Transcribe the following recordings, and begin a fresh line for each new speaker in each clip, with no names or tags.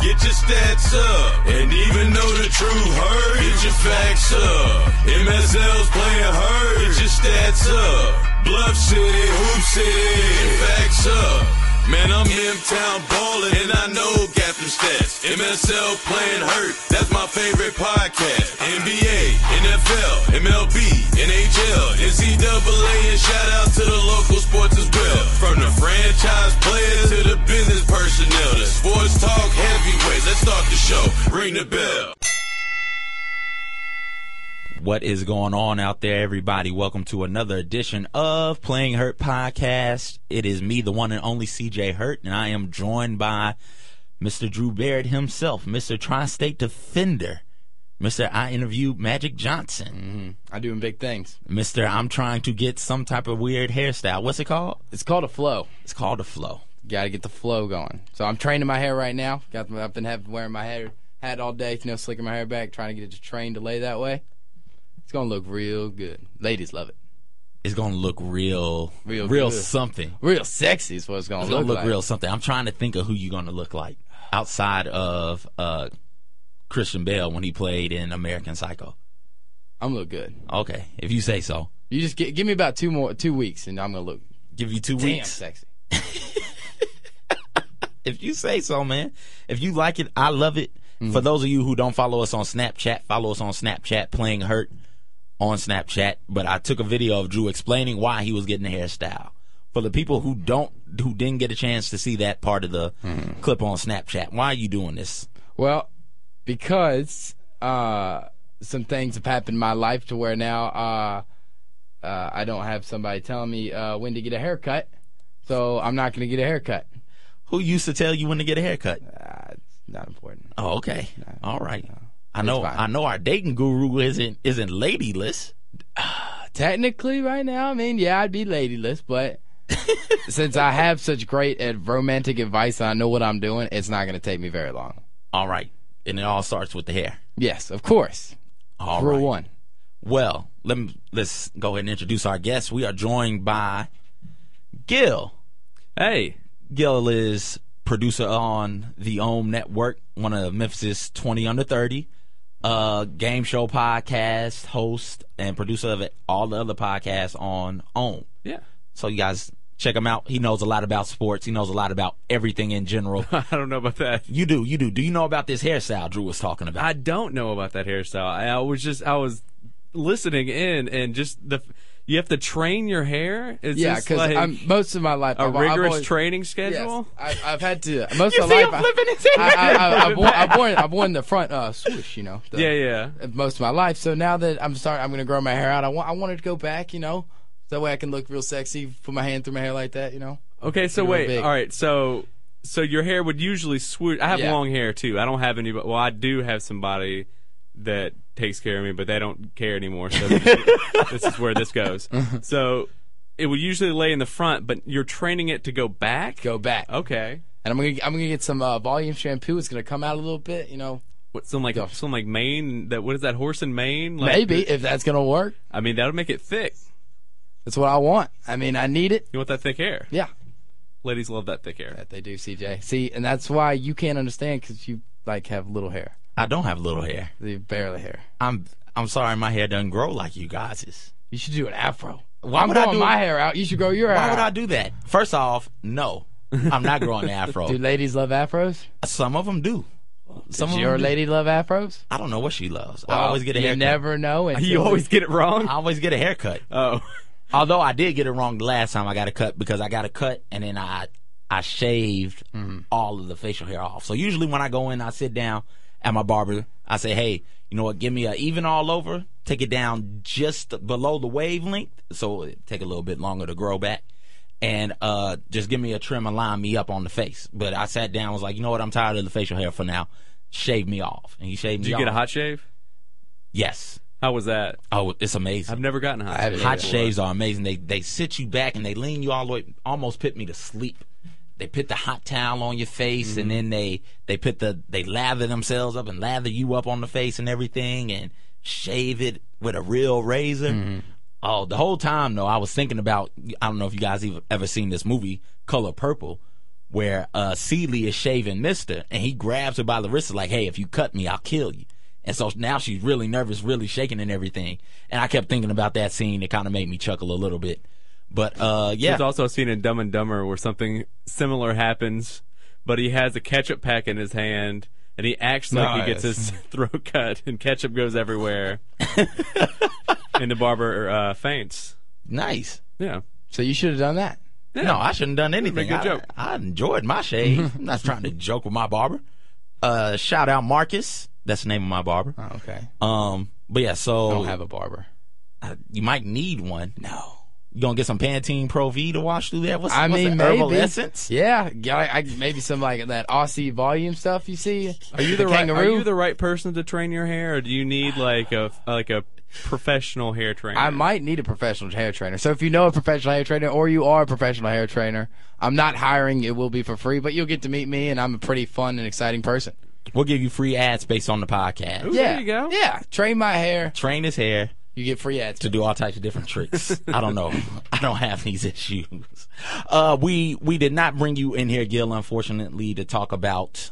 Get your stats up. And even though the truth hurt, get your facts up. MSL's playing hurt. Get your stats up. Bluff City, Hoop City. Get your facts up. Man, I'm in town ballin', and I know got them stats. MSL playing hurt, that's my favorite podcast. NBA, NFL, MLB, NHL, NCAA, and shout out to the local sports as well. From the franchise players to the business personnel, the sports talk heavyweights. Let's start the show. Ring the bell.
What is going on out there, everybody? Welcome to another edition of Playing Hurt Podcast. It is me, the one and only CJ Hurt, and I am joined by Mr. Drew Barrett himself, Mr. Tri State Defender, Mr. I interviewed Magic Johnson,
I'm doing big things.
Mr. I'm trying to get some type of weird hairstyle. What's it called?
It's called a flow.
It's called a flow.
Got to get the flow going. So I'm training my hair right now. Got my, I've been have, wearing my hair hat all day. You know, slicking my hair back, trying to get it to train to lay that way. It's gonna look real good. Ladies love it.
It's going to look real,
Real
real
good.
something.
Real sexy is what it's gonna
It's
look,
gonna look
like.
real something. I'm trying to think of who you're gonna look like outside of uh, Christian Bale when he played in American Psycho.
I'm gonna look good.
Okay, if you say so.
You just gi- give me about two more two weeks, and I'm gonna look
Give you two
damn
weeks.
sexy.
If you say so, man. If you like it, I love it.
Mm-hmm.
For those of you who don't follow us on Snapchat, follow us on Snapchat. Playing hurt on Snapchat. But I took a video of Drew explaining why he was getting a hairstyle. For the people who don't, who didn't get a chance to see that part of the
Mm-hmm.
clip on Snapchat, why are you doing this?
Well, because uh, some things have happened in my life to where now uh, uh, I don't have somebody telling me uh, when to get a haircut, so I'm not going to get a haircut.
Who used to tell you when to get a haircut?
Uh, it's not important.
Oh, okay. All right. I know.
fine.
I know our dating guru isn't isn't ladyless.
Technically, right now, I mean, yeah, I'd be ladyless, but since I have such great uh, romantic advice and I know what I'm doing, it's not going to take me very long.
All right, and it all starts with the hair.
Yes, of course.
All
Rule
right.
one.
Well, let me, let's go ahead and introduce our guest. We are joined by Gil.
Hey,
Gil is producer on the Ohm Network, one of Memphis's twenty under thirty, uh, game show podcast host and producer of it, all the other podcasts on Ohm.
yeah.
So you guys check him out. He knows a lot about sports. He knows a lot about everything in general.
I don't know about that.
You do, you do. Do you know about this hairstyle Drew was talking about?
I don't know about that hairstyle. I, I was just I was listening in and just the you have to train your hair. Is
Yeah,
this
because
like
most of my life
a
I've- I've
rigorous
always-
training
Yes,
schedule.
I've, I've had to most
You
of
see
my
him
life. I-
flipping his head?
I, I, I, I've, worn, I've worn I've worn the front uh, swoosh, you know. the-
Yeah, yeah.
Most of my life. So now that I'm starting, I'm gonna grow my hair out. I want I want it to go back, you know. That way I can look real sexy. Put my hand through my hair like that, you know.
Okay, so
Real
wait.
big.
All right, so so your hair would usually swoosh. I have
Yeah.
long hair too. I don't have any. Well, I do have somebody that takes care of me, but they don't care anymore. So this is where this goes.
Uh-huh.
So it would usually lay in the front, but you're training it to go back.
Go back.
Okay.
And I'm gonna I'm gonna get some uh, volume shampoo. It's gonna come out a little bit, you know.
What, some like
Go.
some like Maine that what is that horse in Maine? Like,
Maybe if that's gonna work.
I mean that'll make it thick.
That's what I want. I mean, I need it.
You want that thick hair?
Yeah,
Ladies love that thick hair.
that they do, CJ. See, and that's why you can't understand because you like have little hair,
I don't have little hair.
you have barely hair.
I'm I'm sorry, my hair doesn't grow like you guys's.
You should do an afro.
Why
I'm
would I
growing
do-
my hair out. You should grow your hair.
Why would
out.
I do that? First off, no, I'm not growing the afro.
Do ladies love afros?
Some of them do. Some
Does
of
your
them do.
lady love afros?
I don't know what she loves. I always get a
you
haircut.
never know. Until
You always get it wrong.
I always get a haircut.
Oh,
Although I did get it wrong the last time I got a cut because I got a cut and then I I shaved
Mm-hmm.
all of the facial hair off. So usually when I go in, I sit down at my barber. I say, hey, you know what? Give me a even all over. Take it down just below the wavelength, so it take a little bit longer to grow back. And uh, just give me a trim and line me up on the face. But I sat down, was like, you know what? I'm tired of the facial hair for now. Shave me off, and he shaved me.
did you
off.
get a hot shave?
Yes.
How was that?
Oh, it's amazing.
I've never gotten a hot.
I haven't
shave.
either.
Hot shaves are amazing. They they sit you back and they lean you all the way, almost put me to sleep. They put the hot towel on your face and then they they put the they lather themselves up and lather you up on the face and everything and shave it with a real razor. Oh, the whole time though, I was thinking about I don't know if you guys even ever seen this movie Color Purple, where uh, Seeley is shaving Mister, and he grabs her by the wrist, is like, "Hey, if you cut me, I'll kill you." And so now she's really nervous, really shaking and everything. And I kept thinking about that scene. It kind of made me chuckle a little bit. But uh, yeah,
There's also a scene in Dumb and Dumber where something similar happens, but he has a ketchup pack in his hand and he acts like he gets his throat cut and ketchup goes everywhere. and the barber uh, faints.
nice.
Yeah.
So you should have done that.
No, I shouldn't have done anything.
good
I,
joke.
I enjoyed my shave. I'm not trying to joke with my barber. Uh, shout out Marcus. That's the name of my barber.
Oh, okay.
Um, but yeah, so
I don't have a barber.
uh, you might need one. No, you gonna get some Pantene Pro V to wash through that? What's,
I
what's
mean,
the herbal
maybe.
essence?
Yeah, yeah, I, I, maybe some like that Aussie volume stuff you see.
Are you the, right,
kangaroo?
are you the right person to train your hair or do you need like a like a professional hair trainer?
I might need a professional hair trainer. So if you know a professional hair trainer or you are a professional hair trainer, I'm not hiring. It will be for free, but you'll get to meet me, and I'm a pretty fun and exciting person.
We'll give you free ads based on the podcast.
Ooh,
yeah.
There you go.
Yeah. Train my hair.
Train his hair
You get free ads.
to do all types of different tricks. I don't know. I don't have these issues. Uh, we we did not bring you in here, Gil, unfortunately, to talk about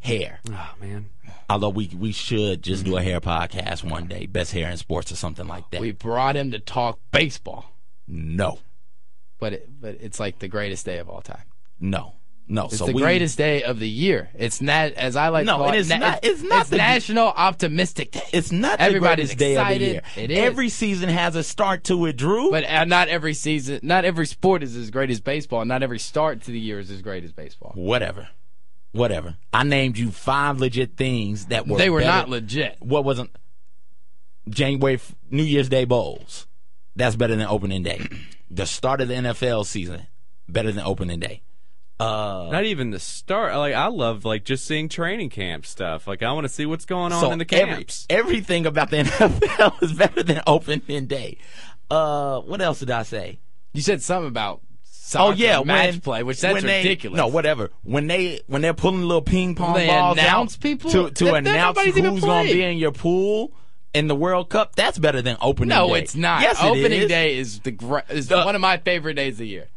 hair.
Mm.
Oh man.
Although we we should just do a hair podcast one day, best hair in sports or something like that.
Mm-hmm. We brought him to talk baseball,
no,
but it, but it's like the greatest day of all time.
no, no.
It's
so
the
we,
greatest day of the year. It's not as I like.
No,
to call
it is not- it's not the-
National Optimistic Day.
It's not the
Everybody's
greatest day
excited.
of the year.
It is.
Every season has a start to it, Drew.
But uh, not every season, not every sport is as great as baseball. and Not every start to the year is as great as baseball.
whatever, whatever. I named you five legit things that were
They were
better-
not legit.
What wasn't January f- New Year's Day bowls? That's better than opening day. the start of the NFL season better than opening day. Uh,
Not even the start. Like I love like just seeing training camp stuff. Like I want to see what's going on
so
in the
every-
camps.
everything about the NFL is better than opening day. Uh, what else did I say?
You said something about soccer
Oh yeah,
match
when,
play, which that's
when they-
ridiculous.
No, whatever. When they when they're pulling little ping pong
They
balls
announce
out
people?
to to
That- that
announce
nobody's even
who's gonna be
playing.
in your pool in the World Cup, that's better than opening day.
no, it's not.
Yes, it
opening
is.
day is the gre- is
The-
one of my favorite days of the year.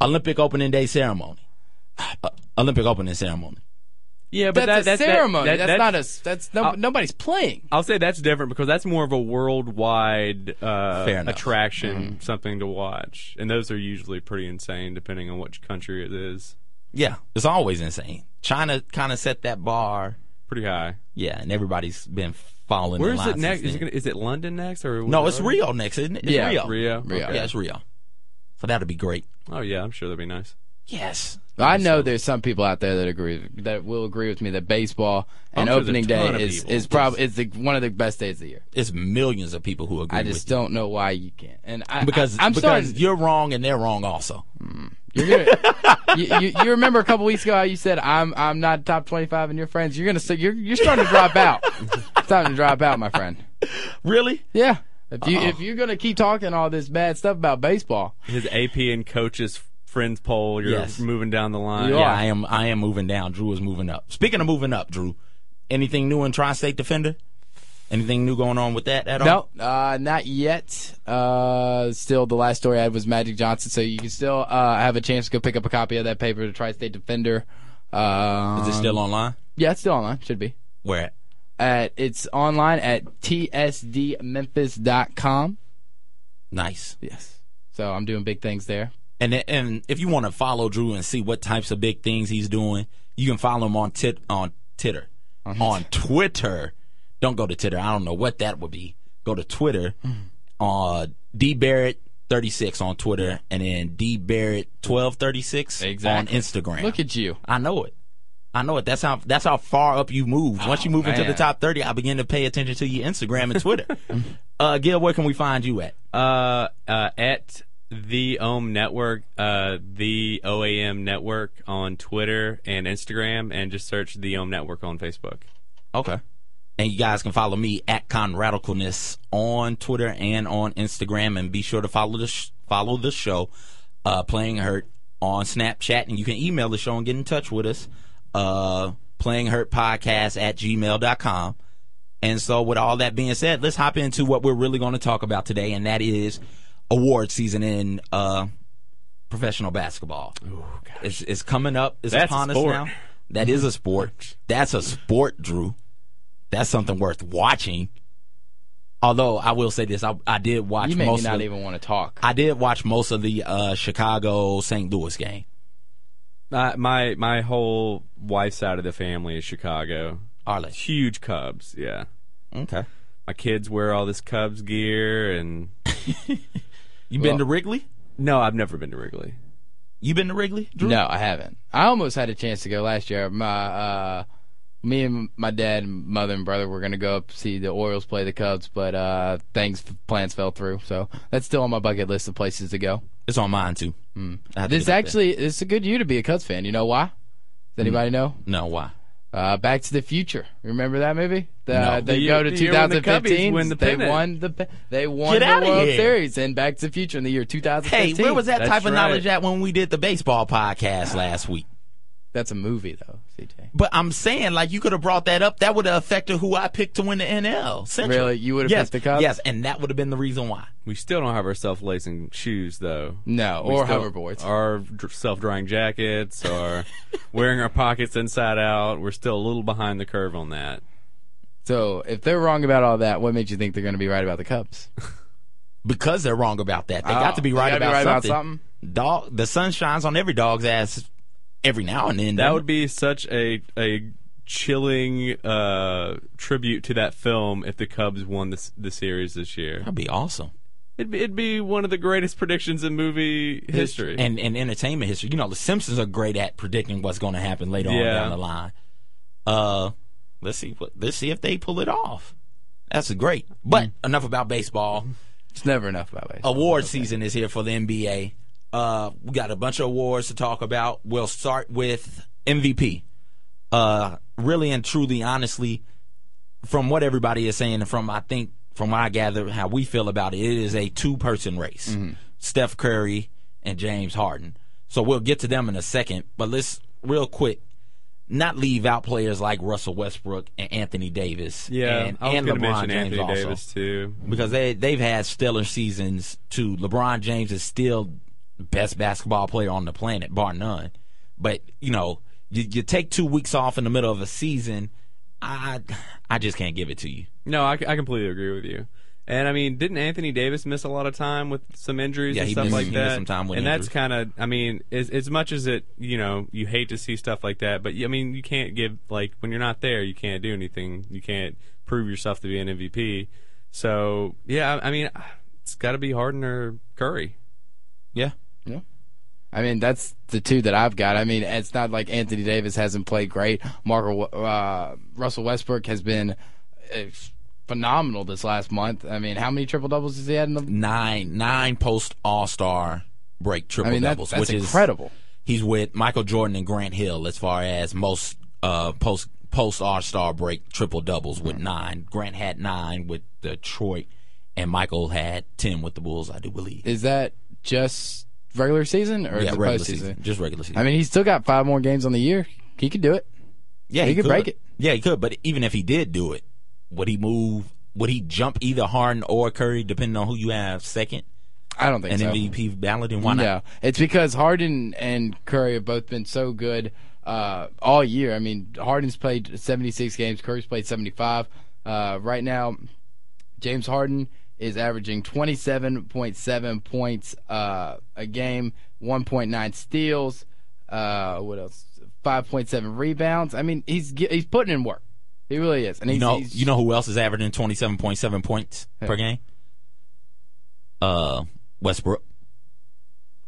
Olympic opening day ceremony. Uh, Olympic opening ceremony.
Yeah, but
That's
that,
a
that- that-
ceremony.
that-
that's, not a. That's no,
Uh,
I'll-
nobody's playing.
I'll say that's different because that's more of a worldwide
Fair
uh,
enough.
attraction, something to watch, and those are usually pretty insane, depending on which country it is.
Yeah, it's always insane. China kind of set that bar.
Pretty high.
Yeah, and everybody's been following.
Where
in
is
line
it next?
since
Is it,
then.
gonna, is it London next or
no, it's Rio next, isn't it? It's
Yeah,
Rio.
Rio.
Rio.
Okay.
Yeah, it's Rio. So that'll be great.
Oh yeah, I'm sure that'd be nice.
Yes.
I know there's some people out there that agree that will agree with me that baseball and
I'm sure
opening
there's a ton
day
of
is
people.
is probably is the, one of the best days of the year.
It's millions of people who agree
I
with
just
you.
don't know why you can't. And I,
because
I, am
because
starting.
you're wrong and they're wrong also.
You're gonna, you, you, you remember a couple weeks ago how you said I'm I'm not top 25 in your friends. You're gonna say you're you're starting to drop out. It's time to drop out, my friend.
Really?
Yeah. If you if you're gonna keep talking all this bad stuff about baseball,
His AP and coaches friends poll. You're
Yes.
moving down the line.
You
Yeah,
are.
I am. I am moving down. Drew is moving up. Speaking of moving up, Drew, anything new in Tri-State Defender? Anything new going on with that at all?
no, uh, not yet. Uh, still, the last story I had was Magic Johnson, so you can still uh, have a chance to go pick up a copy of that paper to Tri-State Defender. Uh,
Is it still online?
Yeah, it's still online. Should be.
Where? at?
At, it's online at tsdmemphis.com.
Nice.
Yes. So I'm doing big things there.
And then- and if you want to follow Drew and see what types of big things he's doing, you can follow him on tit on Titter
Mm-hmm.
on Twitter. Don't go to Titter. I don't know what that would be. Go to Twitter.
Mm-hmm.
Uh, D Barrett thirty six on Twitter, and then D Barrett twelve thirty six on
Exactly.
Instagram.
Look at you.
I know it. I know it. That's how that's how far up you move. Once you move into the
Oh, man.
top thirty, I begin to pay attention to your Instagram and Twitter. uh, Gil, where can we find you at?
Uh, uh, at the Ohm Network, uh, the OAM Network on Twitter and Instagram, and just search the Ohm Network on Facebook.
Okay. And you guys can follow me at Con Radicalness on Twitter and on Instagram, and be sure to follow the sh- follow the show, uh, Playing Hurt on Snapchat, and you can email the show and get in touch with us, uh, Playing Hurt Podcast at gmail.com. And so, with all that being said, let's hop into what we're really going to talk about today, and that is award season in uh, professional basketball. it's, it's coming up. It's
That's a
upon us
sport.
now. That is a sport. That's a sport, Drew. That's something worth watching. Although I will say this, I, I did watch
You make me
most
not
of,
even want to talk.
I did watch most of the uh, Chicago St. Louis game.
Uh, my my whole wife's side of the family is Chicago.
Arlen.
Huge Cubs, yeah.
Okay.
My kids wear all this Cubs gear, and
You
Well-
been to Wrigley?
no, I've never been to Wrigley.
You been to Wrigley? Drew?
No, I haven't. I almost had a chance to go last year. My uh, me and my dad, and mother, and brother were gonna go up see the Orioles play the Cubs, but uh, things plans fell through. So that's still on my bucket list of places to go.
It's on mine too. I have to
Hmm. This
get up
actually, it's a good year to be a Cubs fan. You know why?
Hmm.
Does anybody know?
there. No, why?
Uh, Back to the Future. Remember that movie? The,
No.
They
The
go
year-
to
the year when the
2015.
Cubbies win the
they
pennant.
won the pe- they won
Get
the
outta
World
here.
Series in Back to the Future in the year 2015.
Hey, where was that
That's
type of
right.
knowledge at when we did the baseball podcast last week?
That's a movie though, CJ.
But I'm saying, like, you could have brought that up. That would have affected who I picked to win the NL. Central.
Really? You would have
yes,
picked the Cubs?
Yes, and that would have been the reason why.
We still don't have our self-lacing shoes, though.
No,
We
or
still-
hoverboards.
Our dr- self-drying jackets, or wearing our pockets inside out. We're still a little behind the curve on that.
So if they're wrong about all that, what makes you think they're going to be right about the Cubs?
Because they're wrong about that. They
Oh,
got to be
they
right,
gotta be
about,
right about
something.
something?
Dog, the sun shines on every dog's ass every now and then.
That would be such a a chilling uh, tribute to that film if the Cubs won this the series this year.
That'd be awesome.
It'd be, it'd be one of the greatest predictions in movie history.
And, and entertainment history. You know, The Simpsons are great at predicting what's going to happen later on
Yeah.
down the line. Uh, let's see what let's see if they pull it off. That's great. But
Mm.
enough about baseball.
It's never enough about baseball.
award season is here for the NBA. Uh, we got a bunch of awards to talk about. We'll start with MVP. Uh, really and truly, honestly, from what everybody is saying, and from I think from what I gather, how we feel about it, it is a two-person race:
Mm-hmm.
Steph Curry and James Harden. So we'll get to them in a second, but let's real quick not leave out players like Russell Westbrook and Anthony Davis.
yeah,
and,
I was
and
gonna
LeBron
mention
James
Anthony
also
Davis too.
because they they've had stellar seasons. Too LeBron James is still the best basketball player on the planet, bar none. But you know, you, you take two weeks off in the middle of a season. I I just can't give it to you.
No, I, I completely agree with you. And I mean, didn't Anthony Davis miss a lot of time with some injuries
Yeah,
and
he
stuff
missed-
like
he
that?
missed some time with
and that's
injuries.
kind of, I mean, as, as much as it, you know, you hate to see stuff like that, but I mean, you can't give like when you're not there, you can't do anything. You can't prove yourself to be an MVP. So yeah, I, I mean, it's got to be Harden or Curry.
Yeah,
I mean, that's the two that I've got. I mean, it's not like Anthony Davis hasn't played great. Marco, uh, Russell Westbrook has been uh, phenomenal this last month. I mean, how many triple doubles has he had in the?
nine nine post All Star break
I
triple
mean, that,
doubles,
that's
which
incredible.
is he's with Michael Jordan and Grant Hill as far as most uh post post All Star break triple doubles with nine. Grant had nine with Detroit, and Michael had ten with the Bulls, I do believe.
Is, that just regular season or
yeah,
is it
regular
postseason?
season. Just regular season.
I mean, he's still got five more games on the year. He could do it.
yeah,
he could break it.
Yeah, he could. But even if he did do it, would he move? Would he jump either Harden or Curry, depending on who you have second
I don't think
an
so.
MVP ballot? And why not?
Yeah, it's because Harden and Curry have both been so good uh, all year. I mean, Harden's played 76 games, Curry's played 75. Uh, right now, James Harden is averaging 27.7 points uh, a game, 1.9 steals. Uh, what else? 5.7 rebounds. I mean, he's ge- he's putting in work. He really is. And he's,
You know,
he's-
you know who else is averaging twenty seven point seven points per game? Uh, Westbrook.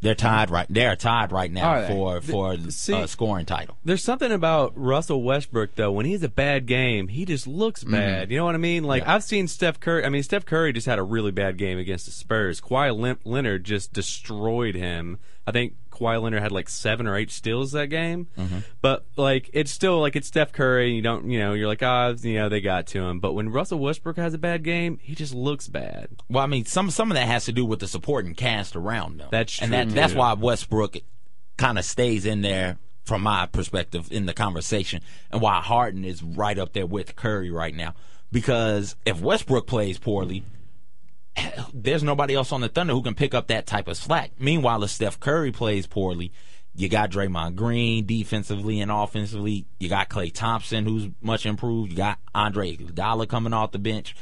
They're tied right. They're tied right
Are
now
they?
for for uh,
see-
scoring title.
There's something about Russell Westbrook though. When he's a bad game, he just looks
Mm-hmm.
bad. You know what I mean? Like I've seen Steph Curry. I mean, Steph Curry just had a really bad game against the Spurs. Kawhi Len- Leonard just destroyed him. I think Kawhi Leonard had like seven or eight steals that game.
Mm-hmm.
But like, it's still like it's Steph Curry. You don't, you know, you're like, ah, you know, they got to him. But when Russell Westbrook has a bad game, he just looks bad.
Well, I mean, some some of that has to do with the supporting cast around them.
That's
and
true,
that, that's
too.
why Westbrook kind of stays in there from my perspective in the conversation, and why Harden is right up there with Curry right now. Because if Westbrook plays poorly, there's nobody else on the Thunder who can pick up that type of slack. Meanwhile, if Steph Curry plays poorly, you got Draymond Green defensively and offensively. You got Clay Thompson, who's much improved. You got Andre Iguodala coming off the bench.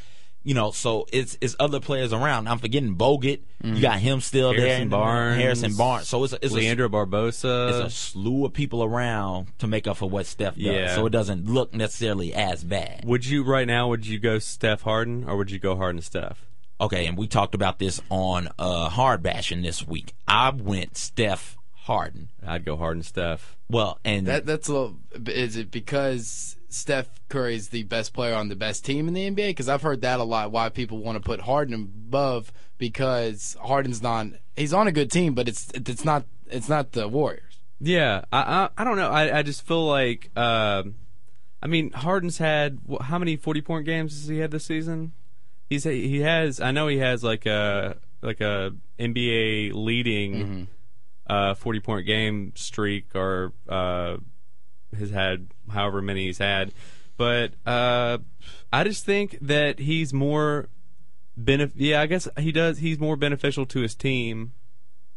You know, so it's it's other players around. I'm forgetting Bogut. You got him still there.
Harrison Barnes.
Harrison Barnes. So it's a, it's a
Leandro Barbosa.
it's a slew of people around to make up for what Steph does.
Yeah.
So it doesn't look necessarily as bad.
Would you right now? Would you go Steph Harden or would you go Harden Steph?
Okay, and we talked about this on uh, Hard Bashing this week. I went Steph Harden.
I'd go Harden Steph.
Well, and
That that's a little. Is it because Steph Curry is the best player on the best team in the NBA? Because I've heard that a lot. Why people want to put Harden above because Harden's not. He's on a good team, but it's it's not it's not the Warriors.
Yeah, I I, I don't know. I, I just feel like, um I mean, Harden's had wh- how many forty point games has he had this season? He's he has. I know he has like a like a NBA leading uh, forty point game streak, or uh, has had however many he's had. But uh, I just think that he's more benef- Yeah, I guess he does. He's more beneficial to his team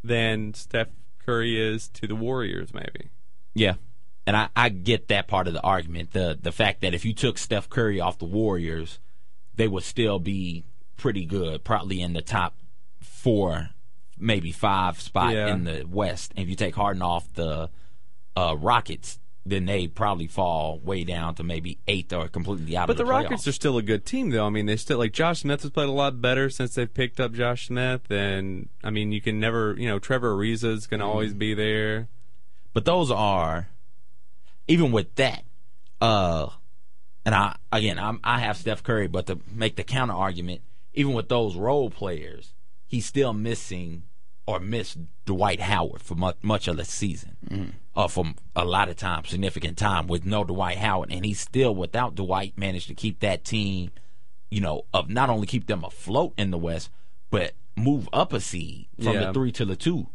than Steph Curry is to the Warriors, maybe.
yeah, and I, I get that part of the argument. The the fact that if you took Steph Curry off the Warriors, they would still be pretty good, probably in the top four, maybe five spot
Yeah.
in the West. And if you take Harden off the uh, Rockets, then they probably fall way down to maybe eighth or completely out
But
of
the,
the,
Rockets
playoffs.
are still a good team, though. I mean, they still like Josh Smith has played a lot better since they've picked up Josh Smith, and I mean, you can never, you know, Trevor Ariza's going to always be there.
But those are even with that, uh and I again I'm I have Steph Curry, but to make the counter argument, even with those role players, he's still missing or missed Dwight Howard for much, much of the season. Uh, for a lot of time, significant time with no Dwight Howard, and he still without Dwight managed to keep that team, you know, of not only keep them afloat in the West, but move up a seed from
Yeah.
the three to the two.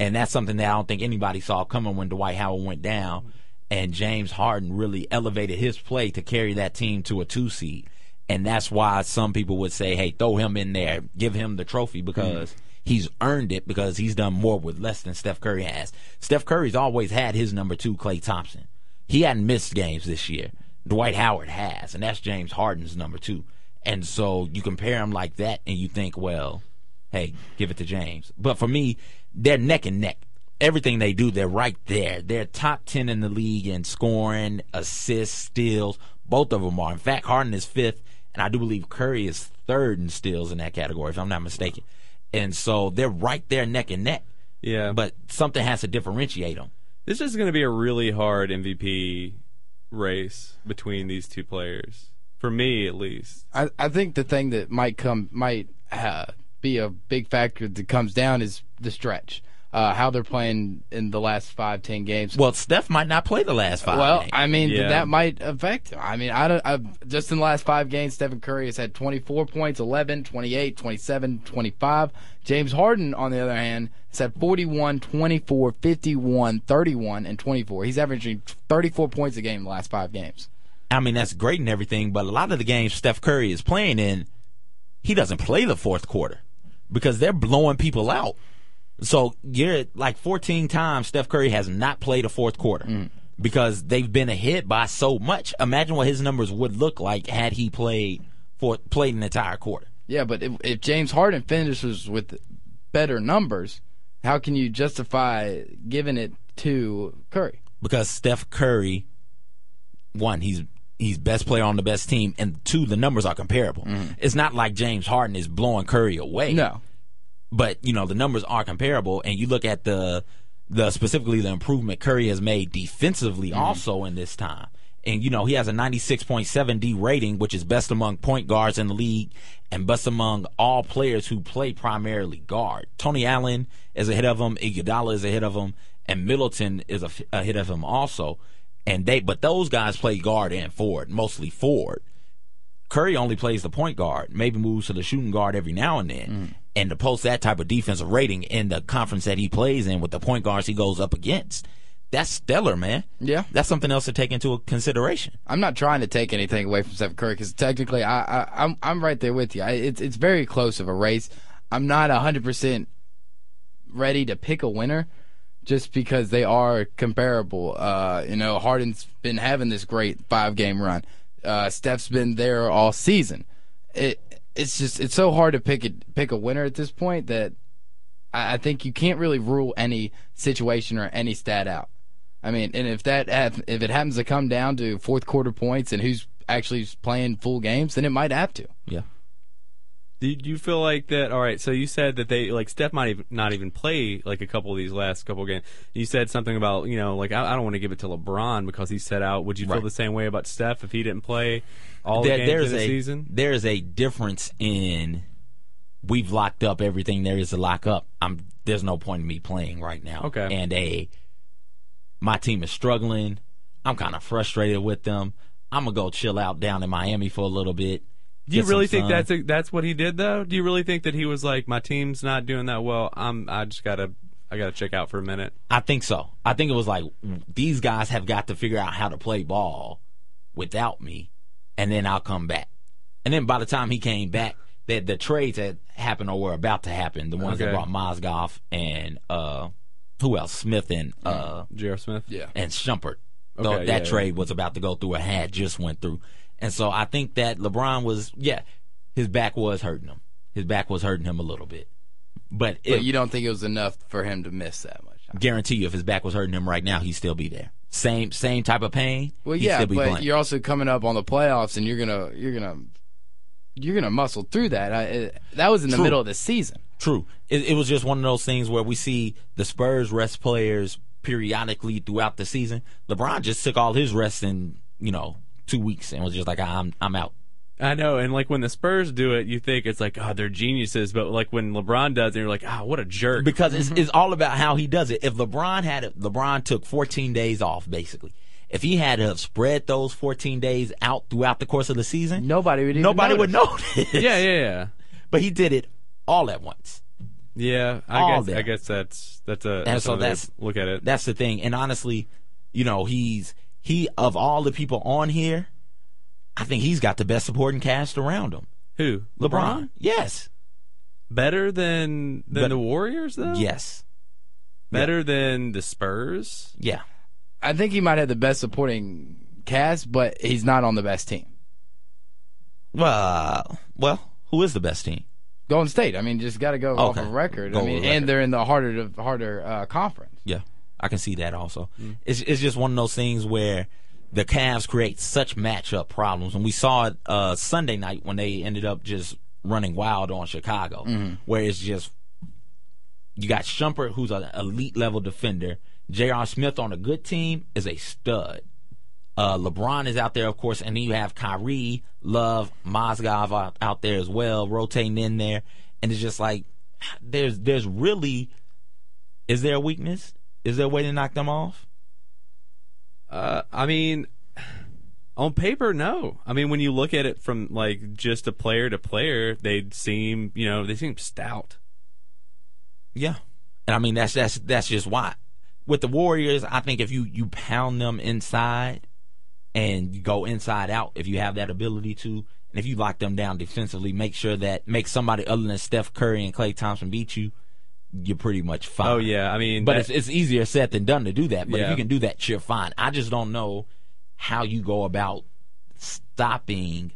And that's something that I don't think anybody saw coming when Dwight Howard went down. And James Harden really elevated his play to carry that team to a two seed. And that's why some people would say, hey, throw him in there, give him the trophy because he's earned it because he's done more with less than Steph Curry has. Steph Curry's always had his number two, Clay Thompson. He hadn't missed games this year. Dwight Howard has, and that's James Harden's number two. And so you compare him like that, and you think, well, hey, give it to James. But for me, they're neck and neck. Everything they do, they're right there. They're top 10 in the league in scoring, assists, steals. Both of them are. In fact, Harden is fifth, and I do believe Curry is third in steals in that category, if I'm not mistaken. And so they're right there neck and neck.
Yeah,
But something has to differentiate them.
this is going to be a really hard MVP race between these two players, for me at least.
I, I think the thing that might come might uh, be a big factor that comes down is the stretch, uh, how they're playing in the last five ten games.
Well, Steph might not play the last five.
Well,
games.
I mean
Yeah.
that might affect. I mean, I don't. I've, just in the last five games, Stephen Curry has had 24 points, 11, 28, 27, 25. James Harden, on the other hand, has had 41, 24, 51, 31, and 24. He's averaging 34 points a game in the last five games.
I mean, that's great and everything, but a lot of the games Steph Curry is playing in, he doesn't play the fourth quarter because they're blowing people out. So you're like 14 times Steph Curry has not played a fourth quarter because they've been ahead by so much. Imagine what his numbers would look like had he played for played an entire quarter.
Yeah, but if, if James Harden finishes with better numbers, how can you justify giving it to Curry?
because Steph Curry, one, he's he's best player on the best team, and two, the numbers are comparable. It's not like James Harden is blowing Curry away.
No.
but you know the numbers are comparable, and you look at the the specifically the improvement Curry has made defensively also in this time. And you know he has a 96.7 D rating, which is best among point guards in the league, and best among all players who play primarily guard. Tony Allen is ahead of him, Iguodala is ahead of him, and Middleton is a, ahead of him also. And they, but those guys play guard and forward, mostly forward. Curry only plays the point guard, maybe moves to the shooting guard every now and then. And to post that type of defensive rating in the conference that he plays in with the point guards he goes up against, that's stellar, man.
Yeah.
That's something else to take into consideration.
I'm not trying to take anything away from Stephen Curry because technically I, I I'm I'm right there with you. I, it's it's very close of a race. I'm not 100 percent ready to pick a winner just because they are comparable. Uh, you know, Harden's been having this great five game run. Uh, Steph's been there all season. It it's just it's so hard to pick a, pick a winner at this point that I, I think you can't really rule any situation or any stat out. I mean, and if that if it happens to come down to fourth quarter points and who's actually playing full games, then it might have to.
Yeah.
Do do you feel like that? All right, so you said that they like Steph might even not even play like a couple of these last couple of games. You said something about you know like I, I don't want to give it to LeBron because he set out. Would you feel
Right.
the same way about Steph if he didn't play all
There-
the games
there's
of the
a
season?
there's a difference in we've locked up everything there is to lock up. I'm there's no point in me playing right now.
Okay.
And a my team is struggling. I'm kind of frustrated with them. I'm gonna go chill out down in Miami for a little bit.
Do you
get some
really think
sun.
that's a, that's what he did though? Do you really think that he was like my team's not doing that well? I'm I just gotta I gotta check out for a minute.
I think so. I think it was like these guys have got to figure out how to play ball without me, and then I'll come back. And then by the time he came back, that the trades had happened or were about to happen. The ones that
Okay.
brought Mozgov and uh, who else? Smith and uh,
J.R. Smith.
Yeah.
and Shumpert.
Okay,
Though that
yeah, yeah.
trade was about to go through or had just went through. And so I think that LeBron was yeah, his back was hurting him. His back was hurting him a little bit. But,
But
it,
you don't think it was enough for him to miss that much?
guarantee you, if his back was hurting him right now, he'd still be there. Same same type of pain.
Well,
he'd
yeah,
still
but
be playing.
you're also coming up on the playoffs, and you're gonna you're gonna you're gonna muscle through that. I, it, that was in the
True.
middle of the season.
True. It, it was just one of those things where we see the Spurs rest players periodically throughout the season. LeBron just took all his rest in you know two weeks and was just like, I'm I'm out.
I know, and like when the Spurs do it, you think it's like, oh, they're geniuses, but like when LeBron does it, you're like, ah, what a jerk.
because it's,
Mm-hmm.
it's all about how he does it. If LeBron had it, LeBron took 14 days off basically. If he had have spread those 14 days out throughout the course of the season,
Nobody would even
nobody would
notice.
notice.
yeah, yeah, yeah,
but he did it all at once.
yeah. I
All
guess
that.
I guess that's that's a that's
so
another way to
that's-
look at it.
That's the thing. And honestly, you know, he's he of all the people on here, I think he's got the best supporting cast around him.
Who
LeBron? Yes.
better than than
But-
the Warriors though?
Yes.
better than the Spurs.
Yeah.
I think he might have the best supporting cast, but he's not on the best team.
Well, well, who is the best team?
Golden State. I mean, just got to go off
Okay.
of record.
Go
I mean,
with record.
and they're in the harder to, harder uh, conference.
Yeah, I can see that also. It's it's just one of those things where the Cavs create such matchup problems, and we saw it uh, Sunday night when they ended up just running wild on Chicago, where it's just you got Shumpert, who's an elite level defender. J.R. Smith on a good team is a stud. Uh, LeBron is out there, of course, and then you have Kyrie, Love, Mozgov out, out there as well, rotating in there, and it's just like there's there's really is there a weakness? Is there a way to knock them off?
Uh, I mean, on paper, no. I mean, when you look at it from like just a player to player, they seem you know they seem stout.
Yeah. And I mean that's that's that's just why. With the Warriors, I think if you you pound them inside and you go inside out, if you have that ability to, and if you lock them down defensively, make sure that make somebody other than Steph Curry and Clay Thompson beat you, you're pretty much fine.
Oh yeah, I mean,
Uh, But
that-
it's, it's easier said than done to do that. But if
Yeah.
you can do that, you're fine. I just don't know how you go about stopping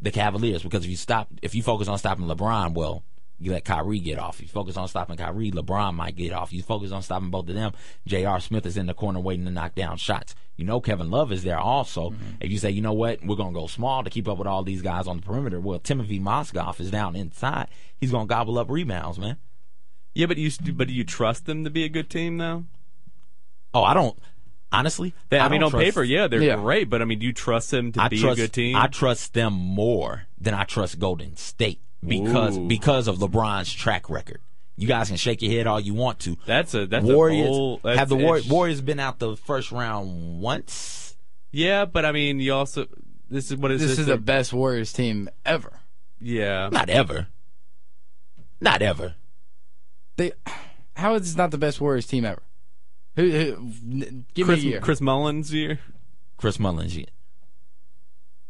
the Cavaliers because if you stop, if you focus on stopping LeBron, well, you let Kyrie get off. If you focus on stopping Kyrie, LeBron might get off. You focus on stopping both of them. J.R. Smith is in the corner waiting to knock down shots. You know Kevin Love is there also.
Mm-hmm.
If you say, you know what, we're gonna go small to keep up with all these guys on the perimeter. Well, Timothy Mozgov is down inside. He's gonna gobble up rebounds, man.
yeah, but you st- but do you trust them to be a good team though?
Oh, I don't. Honestly,
They, I,
don't
mean, on
trust-
paper, yeah, they're
Yeah.
great, but I mean, do you trust them to
I
be
trust
a good team?
I trust them more than I trust Golden State because
Ooh.
because of LeBron's track record. You guys can shake your head all you want to.
that's a that's
Warriors
a whole, that's,
have the War,
it's-
Warriors been out the first round once?
Yeah, but I mean, you also this is what is
This is
their-
the best Warriors team ever.
yeah.
Not ever. Not ever.
They, how is this not the best Warriors team ever? Who, who, n- give
Chris,
me a year.
Chris Mullins year.
Chris Mullins. Yeah.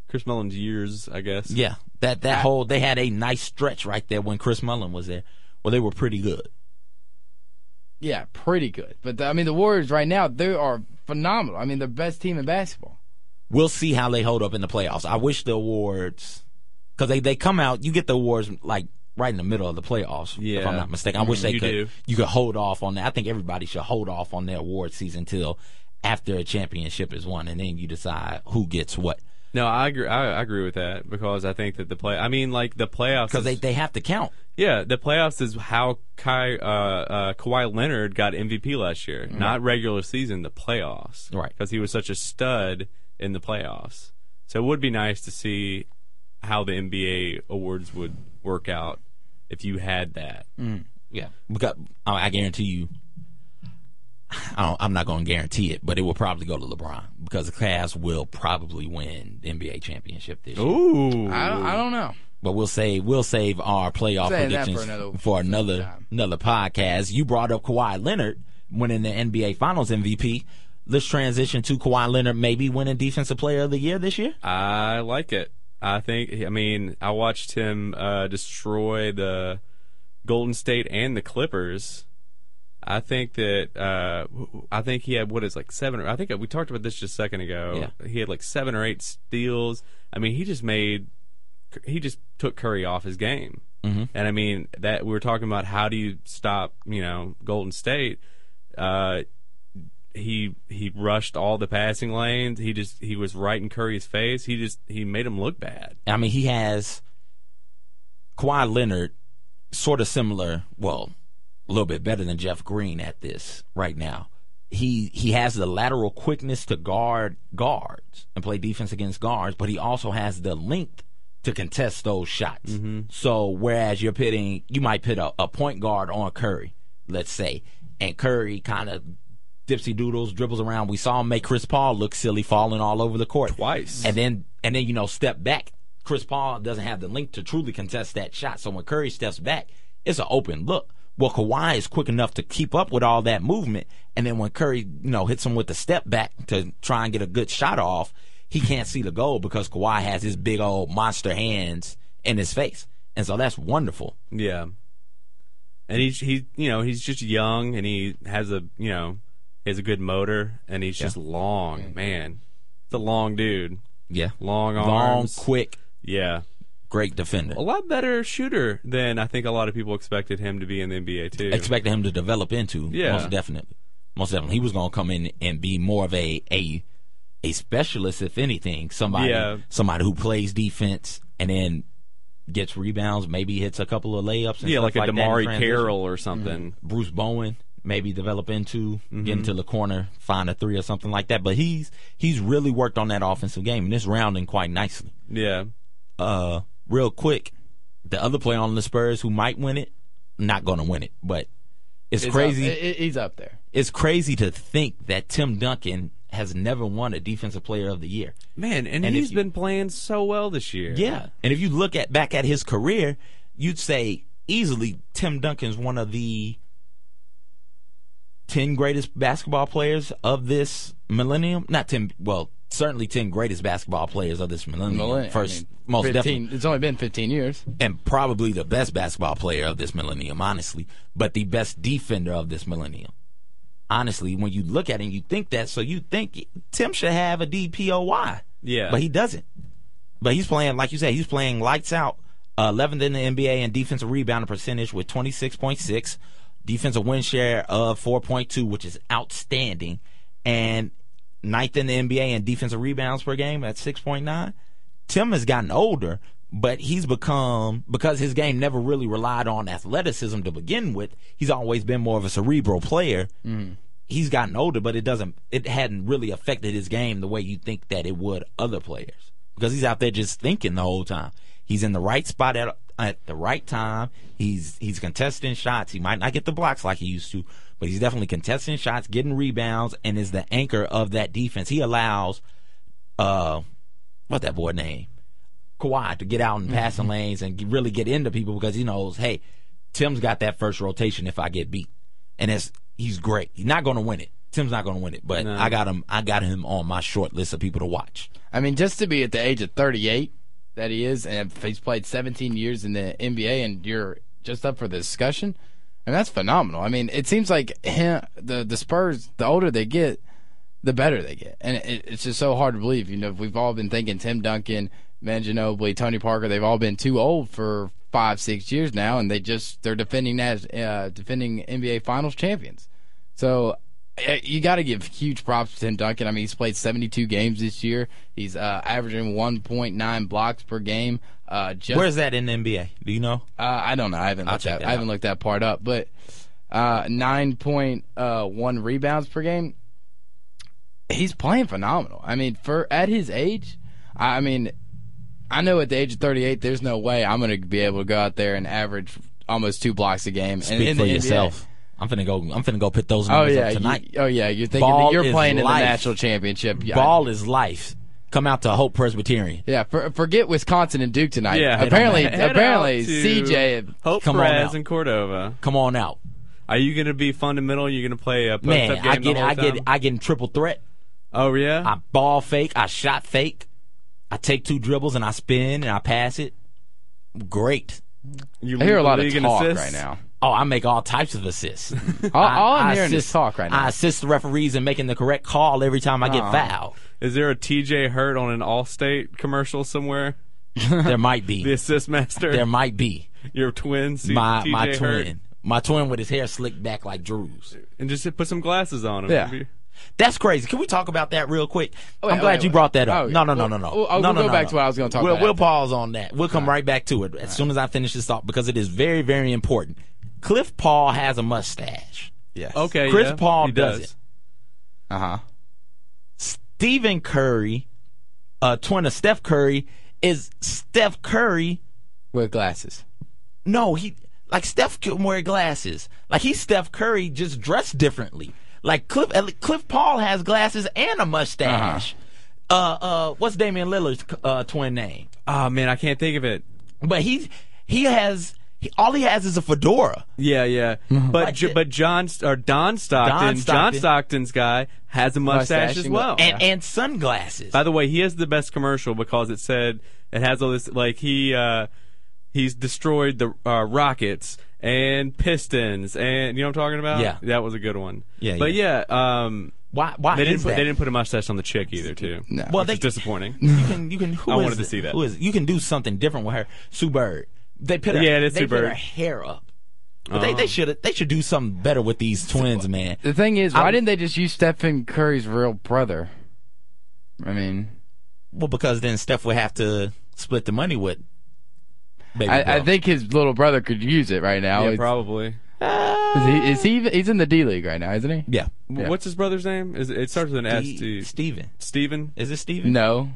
Chris Mullins years, I guess.
Yeah, that that whole they had a nice stretch right there when Chris Mullen was there. Well, they were pretty good.
Yeah, pretty good. But the, I mean, the Warriors right now they are phenomenal. I mean, they're the best team in basketball.
We'll see how they hold up in the playoffs. I wish the awards because they they come out. You get the awards like right in the middle of the playoffs. if
Yeah. Mm-hmm.
I'm not mistaken. I wish they
You
could
do.
you could hold off on that. I think everybody should hold off on their award season till after a championship is won, and then you decide who gets what
No, I agree. I, I agree with that because I think that the play. I mean, like the playoffs.
because
is-
they they have to count.
Yeah, the playoffs is how Kai, uh, uh, Kawhi Leonard got MVP last year.
Mm-hmm.
Not regular season, the playoffs.
Right.
Because he was such a stud in the playoffs. So it would be nice to see how the NBA awards would work out if you had that.
Mm-hmm.
Yeah, because I, I guarantee you, I don't, I'm not going to guarantee it, but it will probably go to LeBron because the Cavs will probably win the NBA championship this year.
Ooh.
I don't, I don't know.
But we'll save we'll save our playoff
Save that for
predictions
another-
for another,
time.
another podcast. You brought up Kawhi Leonard winning the NBA Finals MVP. Let's transition to Kawhi Leonard maybe winning Defensive Player of the Year this year.
I like it. I think. I mean, I watched him uh, destroy the Golden State and the Clippers. I think that uh, I think he had what is like seven. Or, I think we talked about this just a second ago. He had like seven or eight steals. I mean, he just made. He just took Curry off his game. Mm-hmm. And I mean that we were talking about how do you stop you know Golden State. Uh, he he rushed all the passing lanes. He just he was right in Curry's face. He just he made him look bad.
I mean, he has Kawhi Leonard, sort of similar, well, a little bit better than Jeff Green at this right now. He he has the lateral quickness to guard guards and play defense against guards, but he also has the length to contest those shots. So whereas you're pitting, you might pit a, a point guard on Curry, let's say, and Curry kind of dipsy doodles, dribbles around. We saw him make Chris Paul look silly, falling all over the court
Twice.
and then and then you know step back. Chris Paul doesn't have the link to truly contest that shot. So when Curry steps back, it's an open look. Well, Kawhi is quick enough to keep up with all that movement, and then when Curry you know hits him with the step back to try and get a good shot off, he can't see the goal because Kawhi has his big old monster hands in his face, and so that's wonderful.
Yeah. And he's he you know, he's just young and he has a you know, he has a good motor and he's just long, man. It's a long dude.
Yeah,
Long
Mm-hmm. long,
arms.
quick,
Yeah.
great defender.
A lot better shooter than I think a lot of people expected him to be in the NBA too.
expected him to develop into.
Yeah.
most definitely, most definitely, he was going to come in and be more of a a a specialist, if anything, somebody
Yeah.
somebody who plays defense and then gets rebounds, maybe hits a couple of layups. And
yeah,
stuff
like a
that in
Damari
transition.
Carroll or something.
Bruce Bowen, maybe develop into
Mm-hmm.
get into the corner, find a three or something like that. But he's he's really worked on that offensive game, and it's rounding quite nicely
Yeah.
uh, real quick, the other player on the Spurs who might win it, not going to win it, but it's,
uh,
He's
crazy.
up- he- he's up there.
it's crazy to think that Tim Duncan has never won a Defensive Player of the Year.
Man, and,
And
he's
if you-
been playing so well this year.
Yeah, and if you look at back at his career, you'd say easily Tim Duncan's one of the ten greatest basketball players of this millennium. Not ten, well, certainly ten greatest basketball players of this millennium.
Millennium.
First,
I mean,
most
15,
definitely.
It's only been 15 years.
and probably the best basketball player of this millennium, honestly, but the best defender of this millennium. Honestly, when you look at him, you think that, so you think Tim should have a DPOY.
Yeah.
But he doesn't. But he's playing, like you said, he's playing lights out, uh, 11th in the NBA in defensive rebounding percentage with 26.6, defensive win share of 4.2, which is outstanding, and ninth in the NBA in defensive rebounds per game at 6.9. Tim has gotten older, but he's become because his game never really relied on athleticism to begin with. He's always been more of a cerebral player. He's gotten older, but it doesn't. It hadn't really affected his game the way you think that it would other players because he's out there just thinking the whole time. He's in the right spot at at the right time. He's he's contesting shots. He might not get the blocks like he used to, but he's definitely contesting shots, getting rebounds, and is the anchor of that defense. He allows uh, what's that boy name? Kawhi to get out in passing lanes and get- really get into people because he knows, hey, Tim's got that first rotation if I get beat, and it's he's great. He's not going to win it, Tim's not going to win it, but
No.
I got him. I got him on my short list of people to watch.
I mean, just to be at the age of 38 that he is, and if he's played 17 years in the NBA, and you're just up for the discussion, and that's phenomenal. I mean, it seems like him, the the Spurs, the older they get, the better they get, and it, it's just so hard to believe. You know, we've all been thinking Tim Duncan, Man Ginobili, Tony Parker, they've all been too old for five, six years now, and they just they're defending as uh, defending NBA Finals champions. So eh, you got to give huge props to Tim Duncan. I mean, he's played 72 games this year. He's uh, averaging 1.9 blocks per game. Uh, just
Where's that in the NBA? Do you know?
uh, I don't know. I haven't looked
check
that.
that
I haven't
out.
looked that part up, but uh, nine point uh, one rebounds per game. He's playing phenomenal. I mean, for at his age, I I mean, I know at the age of 38, there's no way I'm going to be able to go out there and average almost two blocks a game.
Speak for yourself. I'm finna go. I'm finna go put those
Oh
numbers
yeah,
up
you-
tonight.
oh yeah. You're thinking that
Ball
you're
is
playing in the
life.
national championship. Yeah,
Ball is life. Come out to Hope Presbyterian.
Yeah, for, forget Wisconsin and Duke tonight.
Yeah.
apparently,
Head out
apparently,
to
CJ.
Hope
Come on
Perez
out.
and Cordova.
Come on out,
Are you going to be fundamental? You're going to play a
man.
post-up game
I get.
the whole
I get.
time?
I get in triple threat.
oh yeah.
I ball fake. I shot fake. I take two dribbles and I spin and I pass it. Great.
you
I hear a
lead the
lot of
league in
talk
assists?
right now.
Oh, I make all types of assists.
All,
I-
all I'm
I
hearing is
assist-
talk right now.
I assist the referees in making the correct call every time I get fouled.
Is there a TJ Hurt on an Allstate commercial somewhere?
There might
The
be.
assist master,
There might be.
your twin, see,
My
TJ
my
Hurt,
twin. My twin with his hair slicked back like Drew's.
and just put some glasses on him.
Yeah.
It'd be-
That's crazy. Can we talk about that real quick?
wait,
I'm glad
wait,
you
wait.
brought that up.
Oh,
no, no, no,
well,
no, no.
well, I was
no,
gonna
no,
go
no,
back
no.
to what I was gonna talk
we'll,
about
We'll
after.
pause on that. We'll come right. back to it as soon as I finish this thought because it is very, very important. Cliff Paul has a mustache.
Yes.
Okay,
Chris
yeah,
Paul
he
does
does
it.
Uh huh.
Stephen Curry, a twin of Steph Curry, is Steph Curry.
With glasses.
No, he like Steph can wear glasses. Like he's Steph Curry, just dressed differently. Like Cliff at least Cliff Paul has glasses and a mustache. uh
Uh-huh.
uh, what's Damian Lillard's uh, twin name?
Oh man, I can't think of it.
But he's he has he, all he has is a fedora.
Yeah, yeah. But
Like
J
the-
but John St- or Don Stockton,
Don
John
Stockton.
Stockton's guy has a
Mustache
mustache, as
and
well.
gla-
and and sunglasses.
By the way, he has the best commercial because it said it has all this like he uh he's destroyed the uh, Rockets and Pistons and you know what I'm talking about?
Yeah.
that was a good one.
Yeah,
but yeah, um,
why why
they
is
didn't put,
that?
they didn't put a mustache on the chick either too.
No.
well,
which
they
is disappointing.
You can you can who
I
is
wanted to
it?
see that.
Who is it? You can do something different with her. Sue Bird. They put her,
Yeah, it is
they
Sue
put her
Bird. Uh-huh.
hair up. But they, they should they should do something better with these twins, man.
The thing is, why
I'm-
didn't they just use Stephen Curry's real brother? I mean,
Well, because then Steph would have to split the money with. Baby
I, I
Bro.
think his little brother could use it right now.
yeah,
It's-
probably.
is he, is he even- He's in the D League right now, isn't he?
Yeah.
W- What's his brother's name? Is it, it starts with an S?
He,
T-
Steven.
Steven?
Is it Steven?
No.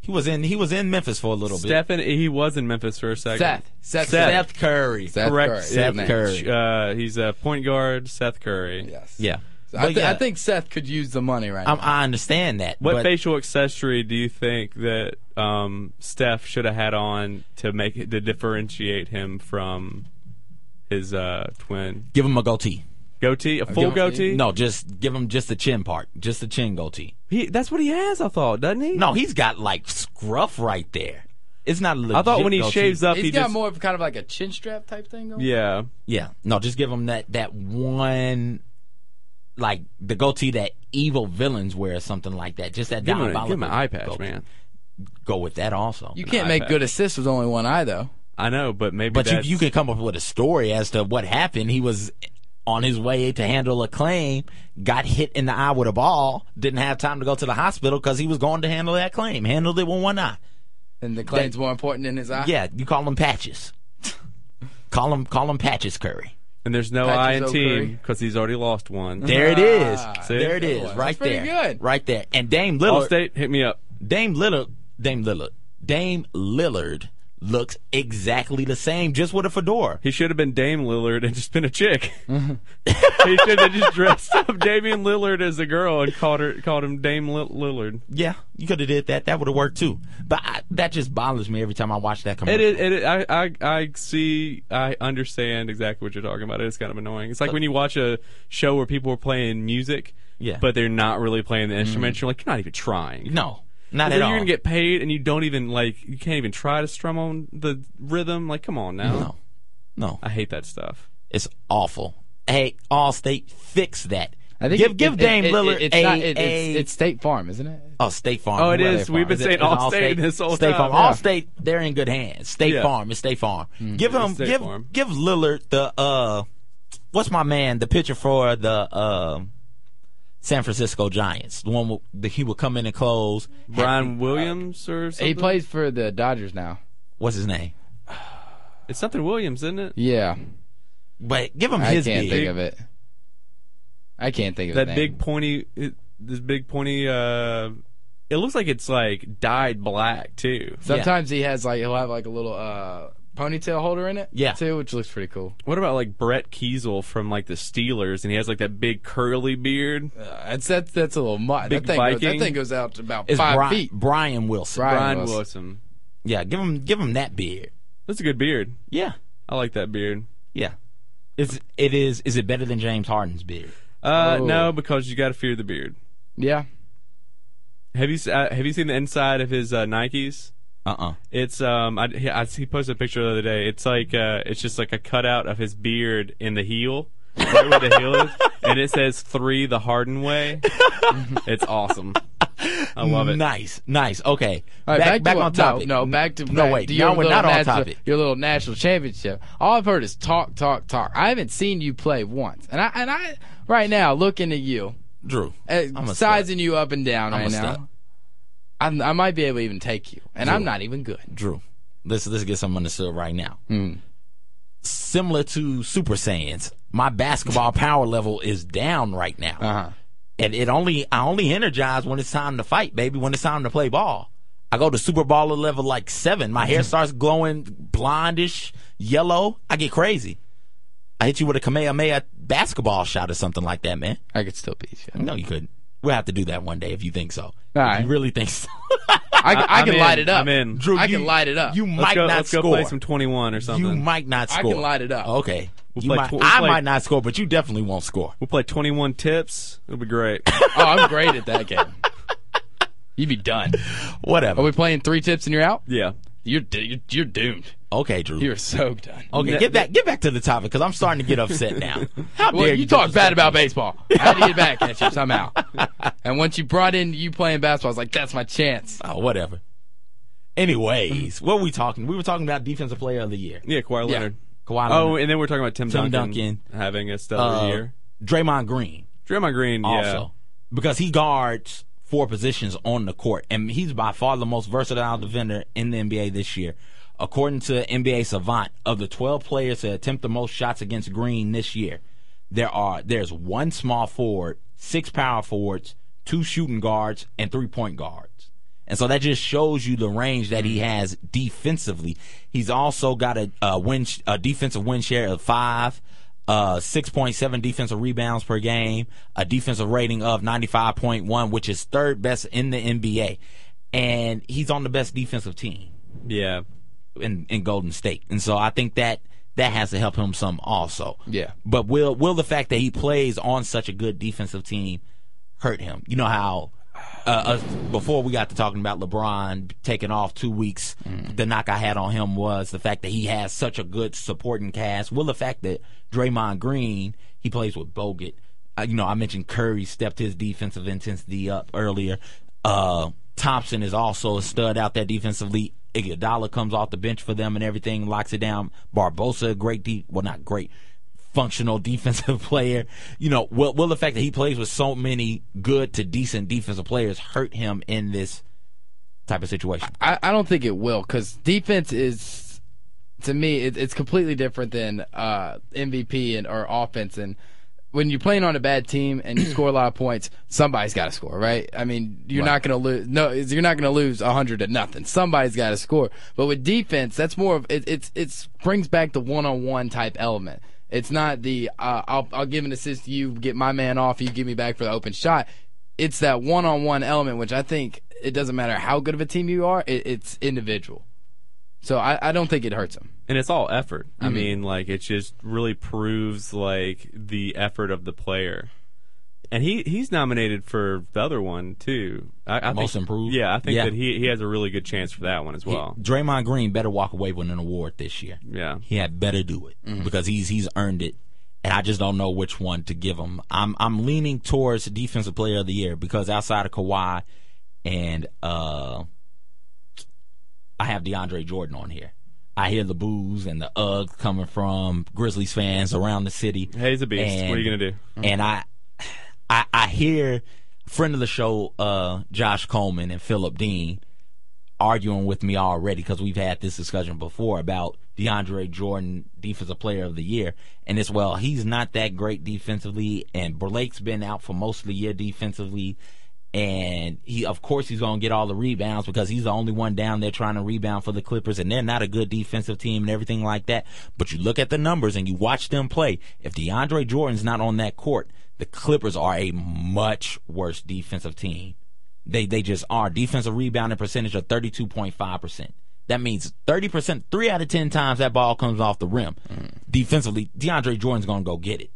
He was in he was in Memphis for a little bit.
Stephen? He was in Memphis for a second.
Seth. Seth.
Seth.
Steph Curry.
Seth
Correct.
Curry.
Seth
Yeah.
Curry.
Uh, he's a point guard. Seth Curry.
Yes.
Yeah.
I,
But
thi-
yeah,
I think Seth could use the money right
I'm-
now.
i understand that.
What
but
facial accessory do you think that um, Steph should have had on to make it, to differentiate him from his uh, twin?
give him a goatee.
Goatee, a full
goatee?
goatee?
No, just give him just the chin part, just the chin goatee.
he, that's what he has. I thought, doesn't he?
No, he's got like scruff right there. It's not. Legit
I thought when he
goatee.
shaves up,
He's
he
got
just
more of kind of like a chin strap type thing going.
yeah.
Yeah, no, just give him that that one, like the goatee that evil villains wear, or something like that. Just that
Give him, a,
diabolical
give him an eye patch,
goatee.
man.
Go with that also.
You can't make
iPad.
good assists with only one eye though.
I know, but maybe.
but you
that's-
you can come up with a story as to what happened. He was on his way to handle a claim, got hit in the eye with a ball, didn't have time to go to the hospital because he was going to handle that claim. Handled it with one eye.
And the claim's more important than his eye.
Yeah, you call him patches. call him call him patches Curry.
and there's no
Patches
I in
O'Curry.
team because he's already lost one.
There it is.
Ah, See?
there it is.
one.
Right
That's pretty
there.
good.
Right there. And Dame Lillard.
Allstate, hit me up.
Dame Lillard. Dame Lillard. Dame Lillard looks exactly the same, just with a fedora.
He should have been Dame Lillard and just been a chick. he should have just dressed up Damian Lillard as a girl and called her called him Dame Lil- Lillard.
Yeah, you could have did that. That would have worked too. But I, that just bothers me every time I watch that commercial.
It is. It is I, I I see. I understand exactly what you're talking about. It's kind of annoying. It's like when you watch a show where people are playing music
Yeah. Mm.
but they're not really playing the instruments. You're like, you're not even trying.
No, not
Then
at all.
you're gonna get paid, and you don't even like. You can't even try to strum on the rhythm. Like, come on now.
no, no,
I hate that stuff.
it's awful. Hey, Allstate, fix that.
I think
give
it-
give
it-
Dame
it-
Lillard
it- it's
a,
not- it-
a
it's, it's State Farm, isn't it?
oh State Farm.
Oh, it
Where
is.
they
We've been
from?
Is
saying
is it
all state this whole
State
time.
Farm. All State, they're in good hands. State
Yeah. Mm-hmm.
Farm, it's State Farm. Give him,
State
give,
Farm.
give Lillard the uh, what's my man? The pitcher for the um, San Francisco Giants, the one with- that he would come in and close.
Brian Williams or something.
He plays for the Dodgers now.
What's his name?
It's something Williams, isn't it?
Yeah,
But give him
I
his
can't
gig.
think of it. I can't think of
That
his name.
big pointy, it, this big pointy. uh It looks like it's like dyed black too.
Sometimes he has like he'll have like a little uh, ponytail holder in it.
Yeah.
too, which looks pretty cool.
What about like Brett Kiesel from like the Steelers, and he has like that big curly beard?
Uh, that's that's that's a little much. That
Big
thing, goes, that
Viking.
thing goes out to about
It's
five
Brian,
feet.
Brian Wilson.
Brian
Brian
Wilson.
Wilson.
Yeah, give him give him that beard.
That's a good beard.
Yeah,
I like that beard.
yeah. It's it is is it better than James Harden's beard?
Uh,
Oh.
no, because you got to fear the beard.
Yeah,
Have you s- uh, have you seen the inside of his uh, Nikes?
Uh uh
It's um, I, he, I, he posted a picture the other day. It's like uh, it's just like a cutout of his beard in the heel, right where the heel is, and it says three the Harden way. it's awesome. I love it.
Nice, nice. Okay,
All right,
back,
to
back
what-
on topic.
No, no back to
No,
back
wait,
To
now
your
we're
little
not on
national-
topic.
Your little national championship. All I've heard is talk, talk, talk. I haven't seen you play once, and I and I right now looking at you,
Drew.
uh,
I'm a
sizing you up and down
I'm a
right
stud.
now. I'm, I might be able to even take you, and I'm not even good.
Drew, let's let's get some understood right now.
Hmm.
Similar to Super Saiyans, my basketball power level is down right now,
Uh-huh.
and it only I only energize when it's time to fight, baby. When it's time to play ball, I go to Super Baller level like seven. My
Mm-hmm.
hair starts glowing blondish yellow. I get crazy. I hit you with a Kamehameha basketball shot or something like that, man.
I could still beat you.
No, you couldn't. We'll have to do that one day if you think so.
All
If
right.
you really think so.
I, I,
I'm
can
in.
light it up.
I'm in.
Drew,
I can
you-
light it up.
You
Uh, Let's
might
go,
not
let's
score.
go play some 21 or something.
You might not
I
score.
can light it up.
Okay. You
play
might,
tw- we'll
I
play-
might not score, but you definitely won't score.
We'll play 21 tips. It'll be great.
oh, I'm great at that game. You'd be done. Are
Whatever.
we playing three tips and you're out?
yeah.
You're d- you're, you're doomed.
Okay, Drew.
You're so done.
okay, get back get back to the topic because I'm starting to get upset now. How dare
Well, you
you
talk bad about baseball. I had to get back at you somehow. And once you brought in you playing basketball, I was like, that's my chance.
Oh, whatever. Anyways, what were we talking? We were talking about defensive player of the year.
Yeah, Kawhi
Yeah.
Leonard.
Kawhi
Oh,
Leonard,
and then we're talking about Tim,
Tim
Duncan,
Duncan.
having a stellar
uh,
year.
Draymond Green
Draymond Green,
also because he guards four positions on the court, and he's by far the most versatile defender in the NBA this year. According to NBA Savant, of the 12 players to attempt the most shots against Green this year, there are there's one small forward, six power forwards, two shooting guards, and three point guards. And so that just shows you the range that he has defensively. He's also got a, a win, a defensive win share of five, uh, six point seven defensive rebounds per game, a defensive rating of ninety five point one, which is third best in the NBA, and he's on the best defensive team
Yeah. Yeah.
in, in Golden State. And so I think that that has to help him some also.
Yeah.
But will will the fact that he plays on such a good defensive team hurt him? You know how uh, us, before we got to talking about LeBron taking off two weeks, the knock I had on him was the fact that he has such a good supporting cast. Will the fact that Draymond Green he plays with Bogut, uh, you know I mentioned Curry stepped his defensive intensity up earlier. Uh, Thompson is also a stud out there defensively. Iguodala comes off the bench for them and everything locks it down. Barbosa, a great deep, well not great, functional defensive player. You know, will, will the fact that he plays with so many good to decent defensive players hurt him in this type of situation?
I, I don't think it will because defense is, to me, it, it's completely different than uh, MVP and or offense. And when you're playing on a bad team and you score a lot of points, somebody's got to score, right? I mean, you're not going to lose. No, you're not going to lose hundred to nothing. Somebody's got to score. But with defense, that's more of it, it's it's brings back the one-on-one type element. It's not the uh, I'll I'll give an assist, to you get my man off, you give me back for the open shot it's that one on one element, which I think it doesn't matter how good of a team you are, it, it's individual. So I, I don't think it hurts him.
And it's all effort. I
Mm-hmm.
mean, like it just really proves like the effort of the player. and he he's nominated for the other one too. I, I
Most
think,
improved?
Yeah, I think
Yeah.
that he he has a really good chance for that one as well.
Draymond Green better walk away with an award this year.
yeah, Mm-hmm.
He had better do it because he's he's earned it, and I just don't know which one to give him. I'm I'm leaning towards defensive player of the year because outside of Kawhi and uh, I have DeAndre Jordan on here. I hear the boos and the ugh coming from Grizzlies fans around the city.
Hey, he's a beast.
And-
what are you gonna do?
And I, I, I hear friend of the show, uh, Josh Coleman and Philip Dean, arguing with me already because we've had this discussion before about DeAndre Jordan, defensive player of the year, and it's well he's not that great defensively, and Blake's been out for most of the year defensively. And he, of course, he's going to get all the rebounds because he's the only one down there trying to rebound for the Clippers, and they're not a good defensive team and everything like that. But you look at the numbers and you watch them play. If DeAndre Jordan's not on that court, the Clippers are a much worse defensive team they they just are. Defensive rebounding percentage of thirty two point five percent. That means thirty percent, three out of ten times that ball comes off the rim. Defensively, DeAndre Jordan's gonna go get it.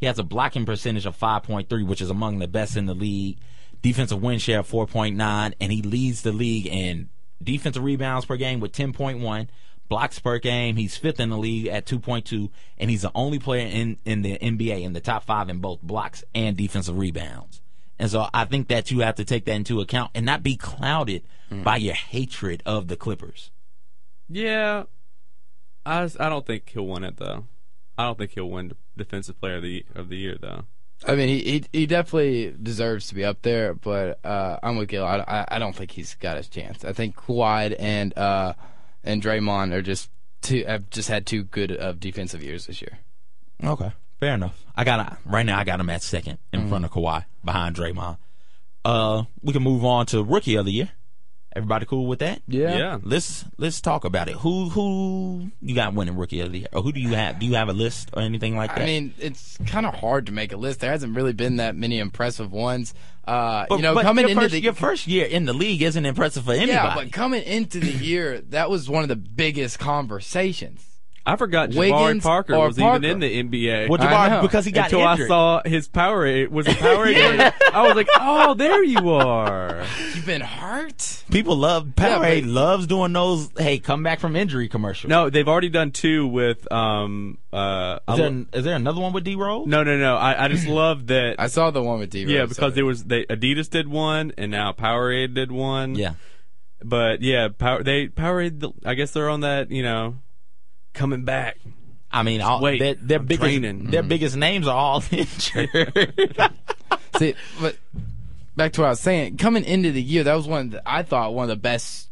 He has a blocking percentage of five point three, which is among the best in the league. Defensive win share of four point nine, and he leads the league in defensive rebounds per game with ten point one. Blocks per game, he's fifth in the league at 2.2, and he's the only player in, in the NBA in the top five in both blocks and defensive rebounds. And so I think that you have to take that into account and not be clouded by your hatred of the Clippers.
Yeah, I s- I don't think he'll win it though. I don't think he'll win defensive player of the of the year though.
I mean, he, he he definitely deserves to be up there, but uh, I'm with Gil. I, I, I don't think he's got his chance. I think Kawhi and uh, and Draymond are just two have just had two good of defensive years this year.
Okay, fair enough. I got right now. I got him at second in
Mm-hmm.
front of Kawhi, behind Draymond. Uh, we can move on to rookie of the year. Everybody cool with that?
Yeah,
Let's let's talk about it. Who who you got winning rookie of the year? Or who do you have? Do you have a list or anything like that?
I mean, it's kind of hard to make a list. There hasn't really been that many impressive ones. Uh,
But-
you know,
but
coming
your
into
first,
the
your first year in the league isn't impressive for anybody.
yeah, but coming into the year, that was one of the biggest conversations.
I forgot Jabari
Wiggins
Parker
or
was
Parker?
even in the NBA.
well,
I
Jabari,
know.
because he got
until
injured.
I saw his Powerade was it Powerade. I was like, oh, there you are.
You've been hurt.
People love Powerade
but-
loves doing those. Hey, come back from injury commercials.
No, they've already done two with um
is
uh I
there,
lo-
is there another one with D Rose?
no no no. I, I just love that.
I saw the one with D.
yeah, because there was they Adidas did one and now Powerade did one.
Yeah,
but yeah, power they Powerade. the- I guess they're on that you know coming back.
I mean, all,
wait,
their, their
I'm
biggest
training.
their biggest names are all injured.
See, but back to what I was saying. Coming into the year, that was one of the, I thought one of the best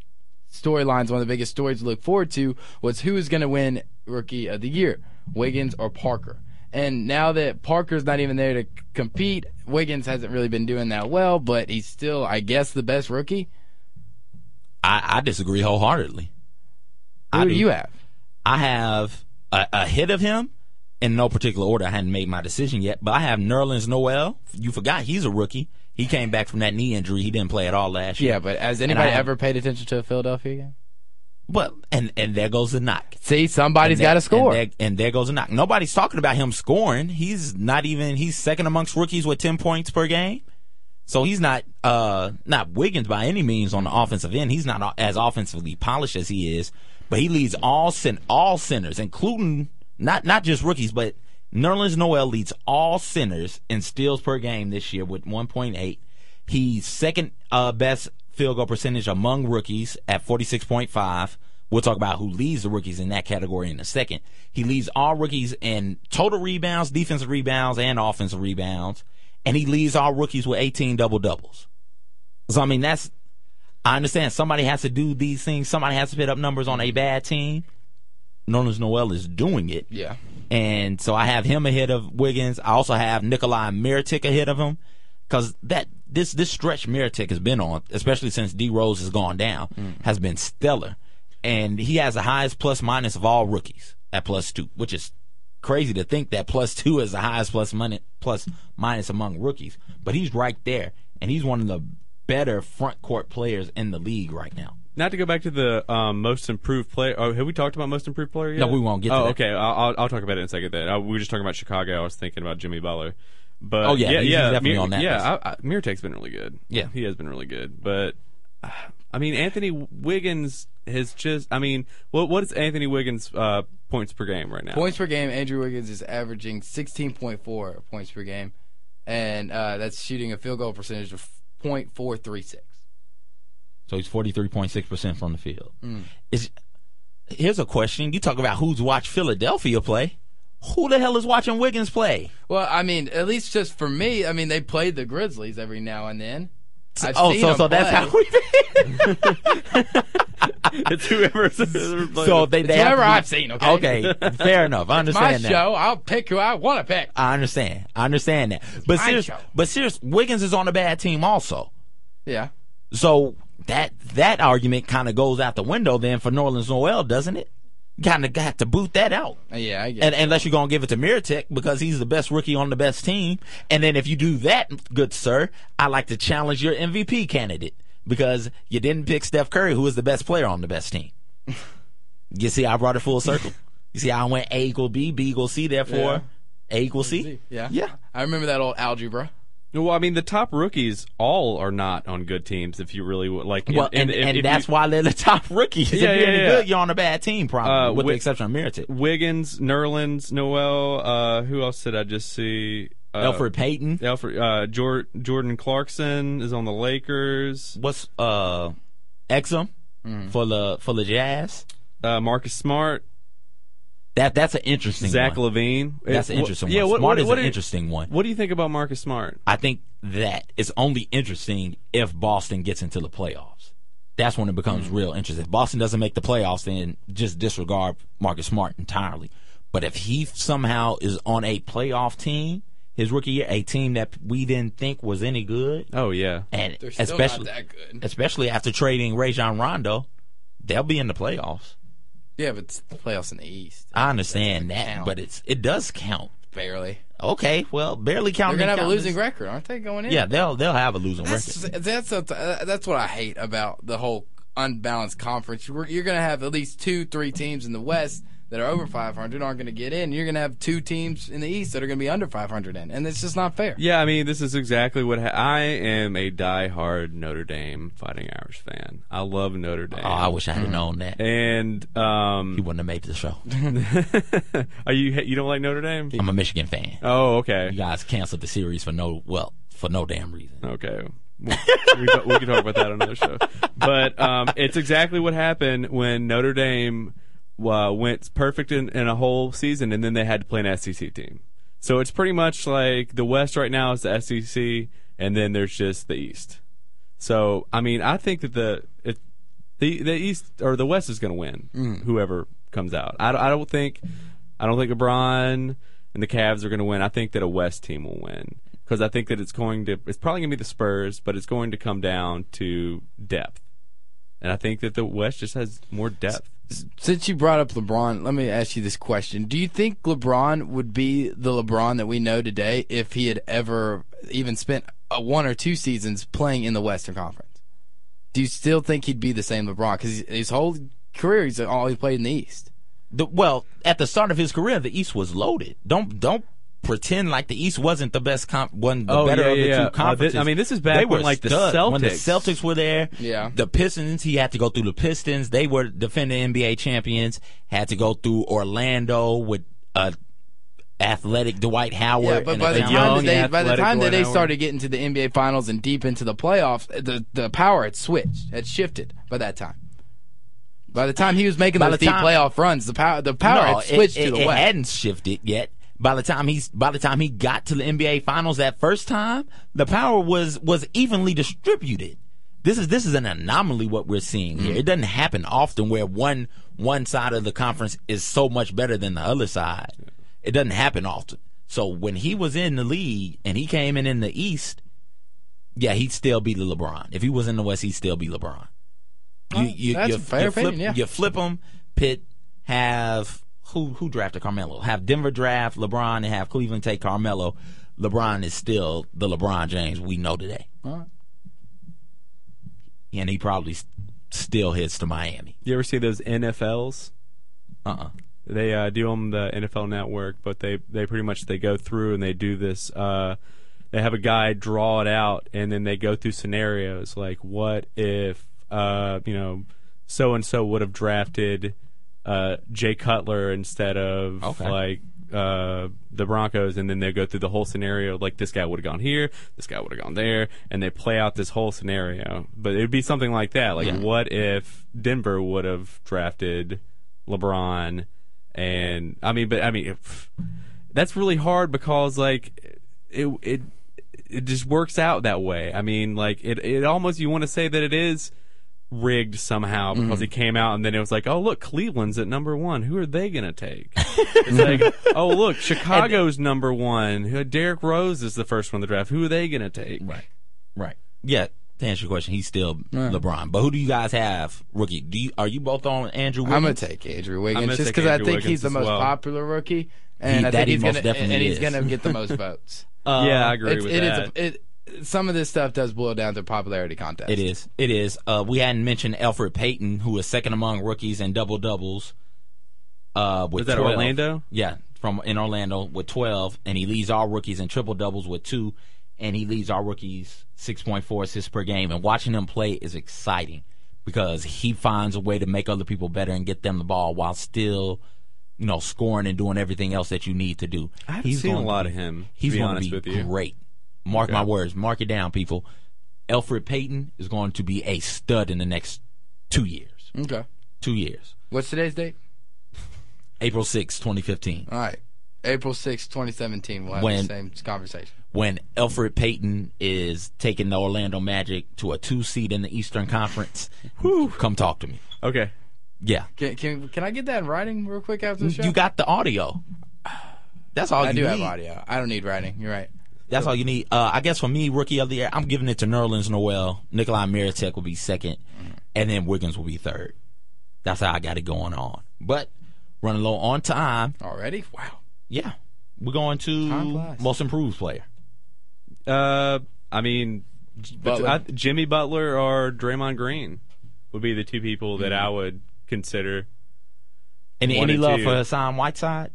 storylines, one of the biggest stories to look forward to was who is going to win Rookie of the Year, Wiggins or Parker. And now that Parker's not even there to c- compete, Wiggins hasn't really been doing that well, but he's still, I guess, the best rookie.
I, I disagree wholeheartedly.
Who
I
do
do.
you have?
I have a, a hit of him in no particular order. I hadn't made my decision yet, but I have Nerlens Noel. You forgot he's a rookie. He came back from that knee injury. He didn't play at all last year.
Yeah, but has anybody
have-
ever paid attention to a Philadelphia game?
But and and there goes the knock.
See, somebody's
And
got to
that-
score.
And there, and there goes a knock. Nobody's talking about him scoring. He's not even. He's second amongst rookies with ten points per game. So he's not uh not Wiggins by any means on the offensive end. He's not as offensively polished as he is, but he leads all cen- all centers, including not not just rookies, but Nerlens Noel leads all centers in steals per game this year with 1.8. He's second uh, best field goal percentage among rookies at 46.5. We'll talk about who leads the rookies in that category in a second. He leads all rookies in total rebounds, defensive rebounds, and offensive rebounds and he leads all rookies with 18 double doubles. So I mean, that's I understand somebody has to do these things. Somebody has to put up numbers on a bad team. Nolan's Noel is doing it,
yeah.
and so I have him ahead of Wiggins. I also have Nikolai Miritic ahead of him because that this this stretch Miritic has been on, especially since D Rose has gone down, has been stellar, and he has the highest plus minus of all rookies at plus two, which is crazy to think that plus two is the highest plus money plus minus among rookies, but he's right there, and he's one of the better front court players in the league right now.
Not to go back to the um, most improved player. Oh, have we talked about most improved player yet?
No, we won't get to
Oh,
that.
okay. I'll, I'll, I'll talk about it in a second. Then uh, we were just talking about Chicago. I was thinking about Jimmy Butler, But
Oh, yeah,
yeah,
he's
yeah,
definitely
Mir-
on that list.
Yeah, I, I, Miritek's been really good.
Yeah.
he has been really good. But uh, I mean, Anthony Wiggins has just. I mean, what what is Anthony Wiggins' uh, points per game right now?
Points per game, Andrew Wiggins is averaging 16.4 points per game, and uh, that's shooting a field goal percentage of .436.
So he's forty three point six percent from the field.
Mm.
Is here's a question: You talk about who's watched Philadelphia play? Who the hell is watching Wiggins play?
Well, I mean, at least just for me, I mean, they played the Grizzlies every now and then. I've
oh,
seen
so
them
so that's
play.
how we.
it's whoever's whoever
so they, they have to
whoever
be-
I've seen, okay?
okay, fair enough. I
My
understand that.
show, I'll pick who I want to pick.
I understand. I understand that. But
My
serious,
show.
but serious, Wiggins is on a bad team also.
Yeah.
So that that argument kind of goes out the window then for Norland's Noel, doesn't it? Kind of got to boot that out.
Uh, Yeah, I get
And, unless you're gonna give it to Miritek because he's the best rookie on the best team, and then if you do that, good sir, I like to challenge your MVP candidate because you didn't pick Steph Curry, who is the best player on the best team. you see, I brought it full circle. You see, how I went A equal B, B equal C, therefore
Yeah.
A equal
it.
C.
Yeah.
yeah.
I remember that old algebra.
Well, I mean, the top rookies all are not on good teams. If you really would- like,
Well, and, and,
if
that's
you-
why they're the top rookies.
Yeah,
if you're
yeah,
any
yeah.
good, you're on a bad team, probably,
Uh,
with the
Wick-
exception of Miritek.
Wiggins, Nerlens, Noel. Uh, who else did I just see? Uh,
Alfred Payton.
Alfred. Uh, Jor- Jordan Clarkson is on the Lakers.
What's uh, Exum
Mm-hmm.
for the for the Jazz?
Uh, Marcus Smart,
That that's an interesting
Zach
one.
Levine.
That's
It-
an interesting
Yeah,
one.
what,
Smart
what,
is
what
an
do you-
interesting one.
What do you think about Marcus Smart?
I think that is only interesting if Boston gets into the playoffs. That's when it becomes
Mm.
real interesting. If Boston doesn't make the playoffs, then just disregard Marcus Smart entirely. But if he somehow is on a playoff team, his rookie year, a team that we didn't think was any good,
Oh yeah,
and
They're still
especially
not that good.
especially after trading Rajon Rondo, they'll be in the playoffs.
Yeah, but it's the playoffs in the East.
I understand that,
count.
but it's it does count.
Barely.
Okay, well, barely
They're
counting.
going to have a
counting
losing
is-
record, aren't they, going in?
Yeah, they'll they'll have a losing
That's
record.
that's what- uh, that's what I hate about the whole unbalanced conference. You're, you're going to have at least two, three teams in the West that are over 500 aren't going to get in. You're going to have two teams in the East that are going to be under 500 in, and it's just not fair.
yeah. I mean, this is exactly what ha- I am. A die-hard Notre Dame Fighting Irish fan. I love Notre Dame.
Oh, I wish I had
Mm-hmm.
known that.
and um,
He wouldn't have made the show.
Are you you don't like Notre Dame?
I'm a Michigan fan.
Oh,
You
okay,
guys canceled the series for no well for no damn reason.
okay. We'll- we, can- we can talk about that on another show. But um, it's exactly what happened when Notre Dame uh, went perfect in, in a whole season, and then they had to play an SEC team. So it's pretty much like the West right now is the SEC, and then there's just the East. So I mean, I think that the it, the the East or the West is going to win. Whoever comes out, I, don't- I don't think I don't think LeBron and the Cavs are going to win. I think that a West team will win because I think that it's going to it's probably going to be the Spurs, but it's going to come down to depth, and I think that the West just has more depth.
Since you brought up LeBron, let me ask you this question: Do you think LeBron would be the LeBron that we know today if he had ever even spent uh, one or two seasons playing in the Western Conference? Do you still think he'd be the same LeBron? Because his whole career, he's uh, all he played in the East.
The, well, at the start of his career, the East was loaded. Don't don't pretend like the East wasn't the best comp, one the
Oh,
better
yeah,
of the
yeah,
two
yeah. Uh, thi-
conferences.
I mean, this is back
they
when,
were
like, the
studs. when the
Celtics-
Celtics were there.
Yeah.
the Pistons. He had to go through the Pistons. They were defending NBA champions. Had to go through Orlando with a athletic Dwight Howard.
Yeah, but
and
by
a
the
young
time that they,
and
by the
athletic
time that
Dwight
they
Howard.
started getting to the NBA Finals and deep into the playoffs, the the power had switched, had shifted by that time. By the time he was making
By
those
the
deep
time-
playoff runs, the power the power had switched
it,
to the
it
West.
hadn't shifted yet. By the time he's by the time he got to the NBA Finals that first time, the power was was evenly distributed. This is this is an anomaly what we're seeing
Mm-hmm.
here. It doesn't happen often where one one side of the conference is so much better than the other side. It doesn't happen often. So when he was in the league and he came in in the East, yeah, he'd still be the LeBron. If he was in the West, he'd still be LeBron. You, you,
Oh, that's
you,
a fair
you flip,
opinion, yeah.
You flip him. Pitt have who who drafted Carmelo? Have Denver draft LeBron and have Cleveland take Carmelo. LeBron is still the LeBron James we know today,
Alright.
and he probably s- still heads to Miami.
You ever see those NFLs?
Uh uh
They uh, do on the NFL Network, but they they pretty much they go through and they do this. Uh, they have a guy draw it out, and then they go through scenarios like, what if uh, you know, so and so would have drafted uh, Jay Cutler instead of
Okay.
like uh, the Broncos, and then they go through the whole scenario. Like this guy would have gone here, this guy would have gone there, and they play out this whole scenario. But it'd be something like that. Like, what if Denver would have drafted LeBron? And I mean, but I mean, pff, that's really hard because like it it it just works out that way. I mean, like it it almost you want to say that it is rigged somehow because
Mm-hmm.
he came out and then it was like, oh look, Cleveland's at number one. Who are they gonna take? it's like, oh look, Chicago's number one. Who- Derrick Rose is the first one in the draft. Who are they gonna take?
Right. Right. Yeah. To answer your question, he's still LeBron. But who do you guys have rookie? Do you are you both on Andrew?
I'm gonna
Wiggins?
take Andrew
I'm
Wiggins
gonna
just
take
because I
Andrew
think he's
Wiggins
the
as
most
well.
popular rookie, and
He-
I
that
think
he
he's
most
gonna
definitely
and he's
is.
gonna get the most votes.
Uh,
yeah, I agree
Um, It's-
with
it is
that.
a- it- some of this stuff does boil down to popularity contest.
It is. It is. Uh, we hadn't mentioned Alfred Payton, who is second among rookies in double doubles. Uh, with
Is that
12.
Orlando?
Yeah, from in Orlando with twelve, and he leads all rookies in triple doubles with two, and he leads all rookies six point four assists per game. And watching him play is exciting because he finds a way to make other people better and get them the ball while still, you know, scoring and doing everything else that you need to do.
I haven't seen a lot of him.
He's
to be
going to
honest
be
with you.
great. Mark my words. Mark it down, people. Alfred Payton is going to be a stud in the next two years.
Okay.
Two years.
What's today's date?
April sixth, 2015,
All right. April sixth, 2017. We'll have
When-
the same conversation.
when Alfred Payton is taking the Orlando Magic to a two seed in the Eastern Conference. Come talk to me.
Okay.
Yeah.
Can, can can I get that in writing real quick after the show?
You got the audio. That's all
I
you
do
need.
have audio. I don't need writing. You're right.
That's all you need. Uh, I guess for me, rookie of the year, I'm giving it to Nerlens Noel. Nikolai Miritek will be second, and then Wiggins will be third. That's how I got it going on. But running low on time,
Already? Wow.
yeah, we're going
Time
to
flies.
most improved player.
Uh, I mean, J-
Butler.
I, Jimmy Butler or Draymond Green would be the two people that I would consider.
Any,
One
any
and
love
two.
for Hassan Whiteside?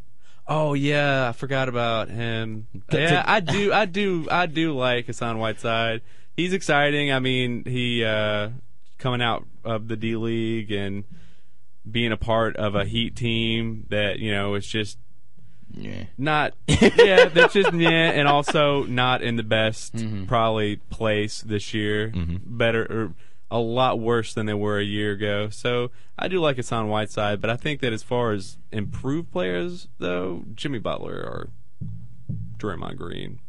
Oh yeah, I forgot about him.
To-
yeah,
to-
I do, I do, I do like Hassan Whiteside. He's exciting. I mean, he uh, coming out of the D League and being a part of a Heat team that you know is just
Yeah.
not yeah that's just yeah and also not in the best probably place this year better or a lot worse than they were a year ago so i do like Hassan whiteside but i think that as far as improved players though jimmy butler or Draymond Green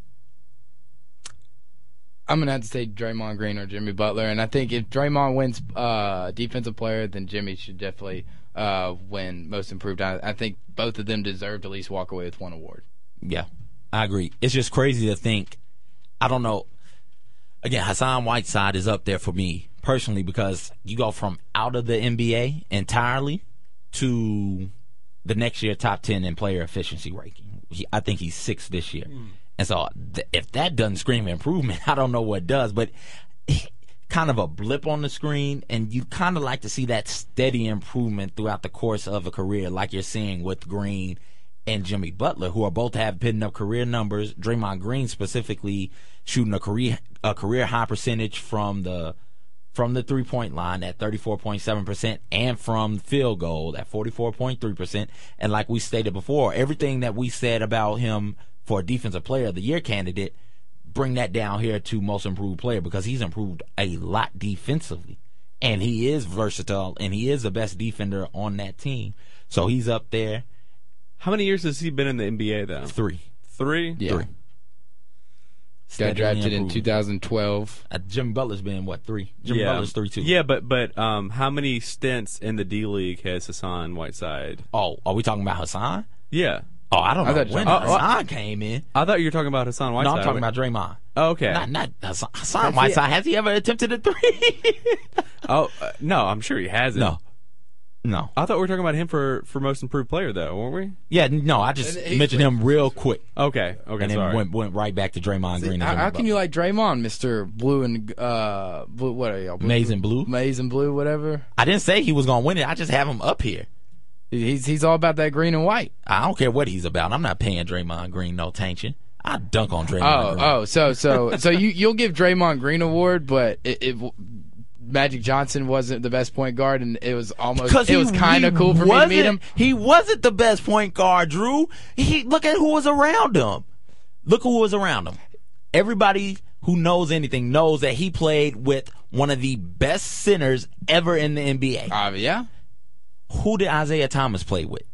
I'm gonna have to say Draymond Green or Jimmy Butler, and I think if Draymond wins uh, defensive player, then Jimmy should definitely uh, win most improved. I, I think both of them deserve to at least walk away with one award.
Yeah, I agree. It's just crazy to think. I don't know. Again, Hassan Whiteside is up there for me personally because you go from out of the NBA entirely to the next year top 10 in player efficiency ranking. He, I think he's sixth this year. And so th- if that doesn't scream improvement, I don't know what does. But kind of a blip on the screen, and you kind of like to see that steady improvement throughout the course of a career, like you're seeing with Green and Jimmy Butler, who are both have putting up career numbers. Draymond Green specifically shooting a career a career high percentage from the from the three point line at 34.7% and from field goal at 44.3%. And like we stated before, everything that we said about him for a defensive player of the year candidate, bring that down here to most improved player because he's improved a lot defensively. And he is versatile and he is the best defender on that team. So he's up there
how many years has he been in the nba though
three.
three
Three.
Got drafted in
improving.
2012.
Uh, Jimmy Butler's been what three? Jimmy Butler's three two.
yeah but but um how many stints in the d league has hassan whiteside
Oh, are we talking about Hassan?
yeah
Oh, I don't
I
know
thought
when
John-
oh, oh.
Hassan came in.
i thought you were talking about hassan
No,
whiteside
I'm talking about Draymond.
oh, okay
Not not Hassan, Hassan Whiteside. Has he ever attempted a three?
oh uh, no i'm sure he hasn't
no, no.
I thought we were talking about him for, for most improved player though, weren't we?
Yeah, no. I just
He's
mentioned him real quick,
Okay, okay,
and then
sorry.
went went right back to Draymond Green. and
How,
Jimmy
how can
Butler.
you like Draymond, Mister Blue and uh, blue, what are y'all? Blue,
Maize and Blue?
Maize and Blue, whatever.
I didn't say he was gonna win it. I just have him up here.
He's he's all about that green and white.
I don't care what he's about. I'm not paying Draymond Green no attention. I dunk on Draymond
Oh,
Green.
oh, so so so you you'll give Draymond Green award, but it, it Magic Johnson wasn't the best point guard, and it was almost it
he-
was kind of
he
cool for me to meet
wasn't-
him.
He wasn't the best point guard, Drew. He look at who was around him. Look who was around him. Everybody who knows anything knows that he played with one of the best centers ever in the NBA.
Uh, yeah,
who did Isaiah Thomas play with?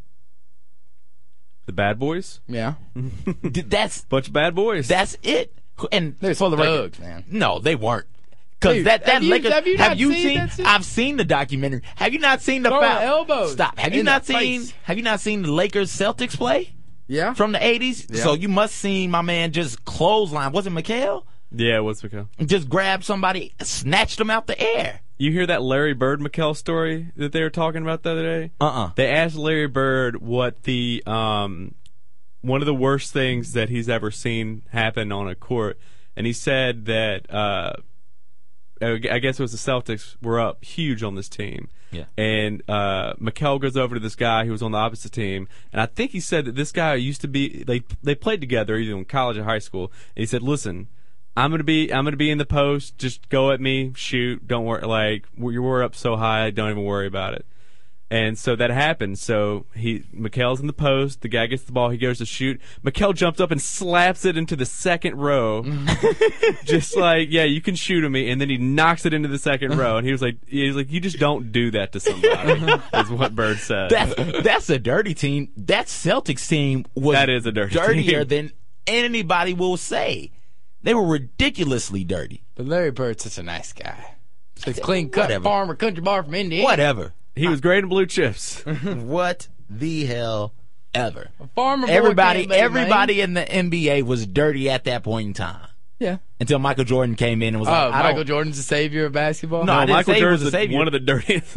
The bad boys?
yeah.
Th- That's
Bunch of bad boys.
that's it. Who- And
They're
for the record,
thugs, man.
no, they weren't. Because
Dude,
that that
have you-
Lakers-
have you not seen
seen?
that shit?
I've seen the documentary. Have you not seen the
Throwing
foul?
elbows
Stop. Have you
in
not
the
seen?
face.
Have you not seen the Lakers Celtics play?
Yeah,
from the eighties. So you must seen my man just clothesline. Was it Mikhail?
yeah, what's McKell?
Just grabbed somebody, snatched them out the air.
You hear that Larry Bird McKell story that they were talking about the other day?
Uh uh
They asked Larry Bird what the um, one of the worst things that he's ever seen happen on a court, and he said that uh, I gu- I guess it was the Celtics were up huge on this team.
Yeah.
And uh, Mikel goes over to this guy who was on the opposite team, and I think he said that this guy used to be they they played together either in college or high school. And he said, "Listen, I'm gonna be I'm gonna be in the post. Just go at me, shoot. Don't worry. Like we're, we're up so high, don't even worry about it." And so that happened. So he Mikel's in the post. The guy gets the ball. He goes to shoot. Mikel jumps up and slaps it into the second row, just like yeah, you can shoot at me. And then he knocks it into the second row. And he was like, he was like, you just don't do that to somebody. is what Bird said.
That's that's a dirty team. That Celtics team was
That is a dirty
dirtier
team.
than anybody will say. They were ridiculously dirty.
but Larry Bird's such a nice guy. He's clean cut
Whatever.
farmer, country bar from Indiana.
Whatever.
he was great in blue chips.
what the hell ever.
farmer? boy
Everybody
can't make money.
everybody in the NBA was dirty at that point in time.
Yeah.
Until Michael Jordan came in and was
Oh,
like, I
Michael
don't,
Jordan's the savior of basketball.
No, I didn't
Michael
say he was
Jordan's
the
the-
savior.
one of the dirtiest.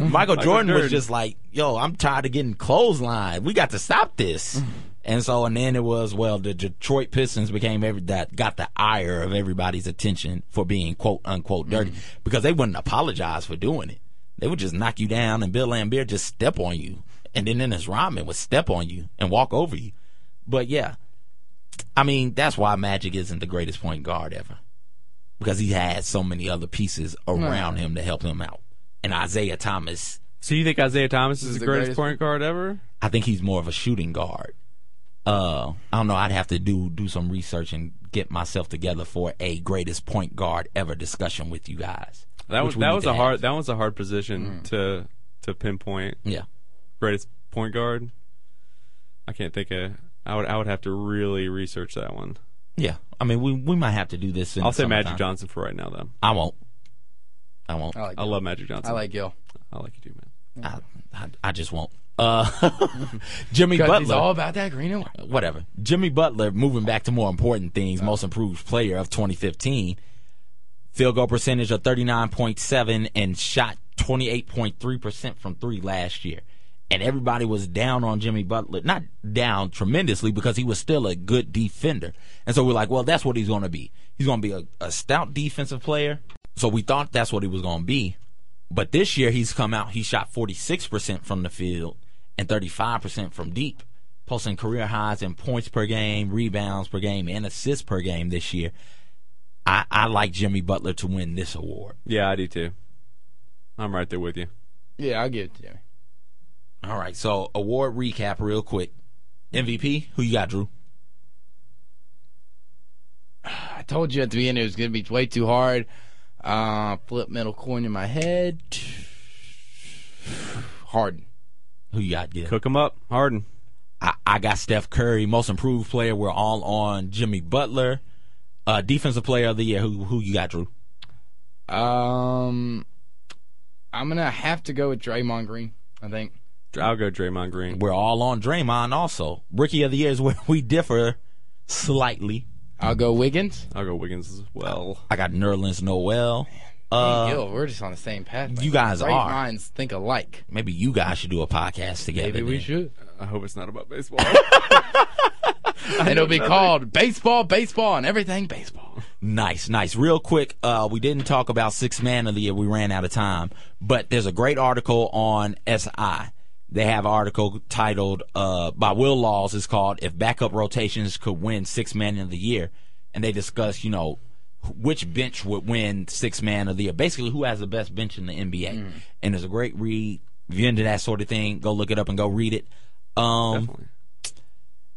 Michael, Jordan, was
Jordan.
just like, "Yo, I'm tired of getting clotheslined. We got to stop this." and so, and then it was, well, the Detroit Pistons became every that got the ire of everybody's attention for being quote unquote dirty because they wouldn't apologize for doing it. They would just knock you down, and Bill Lambert just step on you, and then in his ramen would step on you and walk over you. But yeah, I mean that's why Magic isn't the greatest point guard ever because he had so many other pieces around him to help him out. And Isaiah Thomas,
So you think Isaiah Thomas is,
is
the
the
greatest,
greatest-
point guard ever?
I think he's more of a shooting guard. Uh, I don't know. I'd have to do do some research and get myself together for a greatest point guard ever discussion with you guys.
That
which
was
we
that
need
was
to Mm.
a
have.
hard that was a hard position to to pinpoint.
Yeah,
greatest point guard. I can't think of. I would I would have to really research that one.
yeah. I mean, we we might have to do this. In
I'll
the
say Magic
summertime.
Johnson for right now though.
I won't. I won't.
I like.
I love Magic Johnson.
I like Gil.
I like you too, man.
I, I, I just won't. Uh, Jimmy
Because he's
Butler.
all about that green and white.
whatever. Jimmy Butler, moving back to more important things, most improved player of 2015. Field goal percentage of 39.7 and shot 28.3% from three last year. And everybody was down on Jimmy Butler. Not down tremendously because he was still a good defender. And so we're like, well, that's what he's going to be. He's going to be a, a stout defensive player. So we thought that's what he was going to be. But this year he's come out, he shot 46% from the field and 35% from deep, posting career highs in points per game, rebounds per game, and assists per game this year. I, I like Jimmy Butler to win this award.
Yeah, I do too. I'm right there with you.
Yeah, I'll give it to Jimmy.
All right, so award recap real quick. MVP, who you got, Drew?
I told you at the beginning it was going to be way too hard. Uh, flip metal coin in my head. Harden.
Who you got, Gil?
Cook him up, Harden.
I, I got Steph Curry, most improved player. We're all on Jimmy Butler, uh, defensive player of the year. Who who you got, Drew?
Um, I'm gonna have to go with Draymond Green. I think.
I'll go Draymond Green.
We're all on Draymond also. Rookie of the year is where we differ slightly.
I'll go Wiggins.
I'll go Wiggins as well.
I got Nerlens Noel.
Hey,
Uh,
Gil, we're just on the same path.
you guys
Great
are.
minds think alike.
maybe you guys should do a podcast together.
Maybe we
then.
should.
I hope it's not about baseball.
And it'll be called baseball, baseball, and everything baseball.
Nice, nice. Real quick, uh, we didn't talk about six man of the year. We ran out of time, but there's a great article on SI They have an article titled uh, by Will Laws. It's called "If Backup Rotations Could Win Six Man of the Year," and they discuss, you know, which bench would win Six Man of the Year. Basically, who has the best bench in the NBA? And it's a great read. If you're into that sort of thing, go look it up and go read it. Um,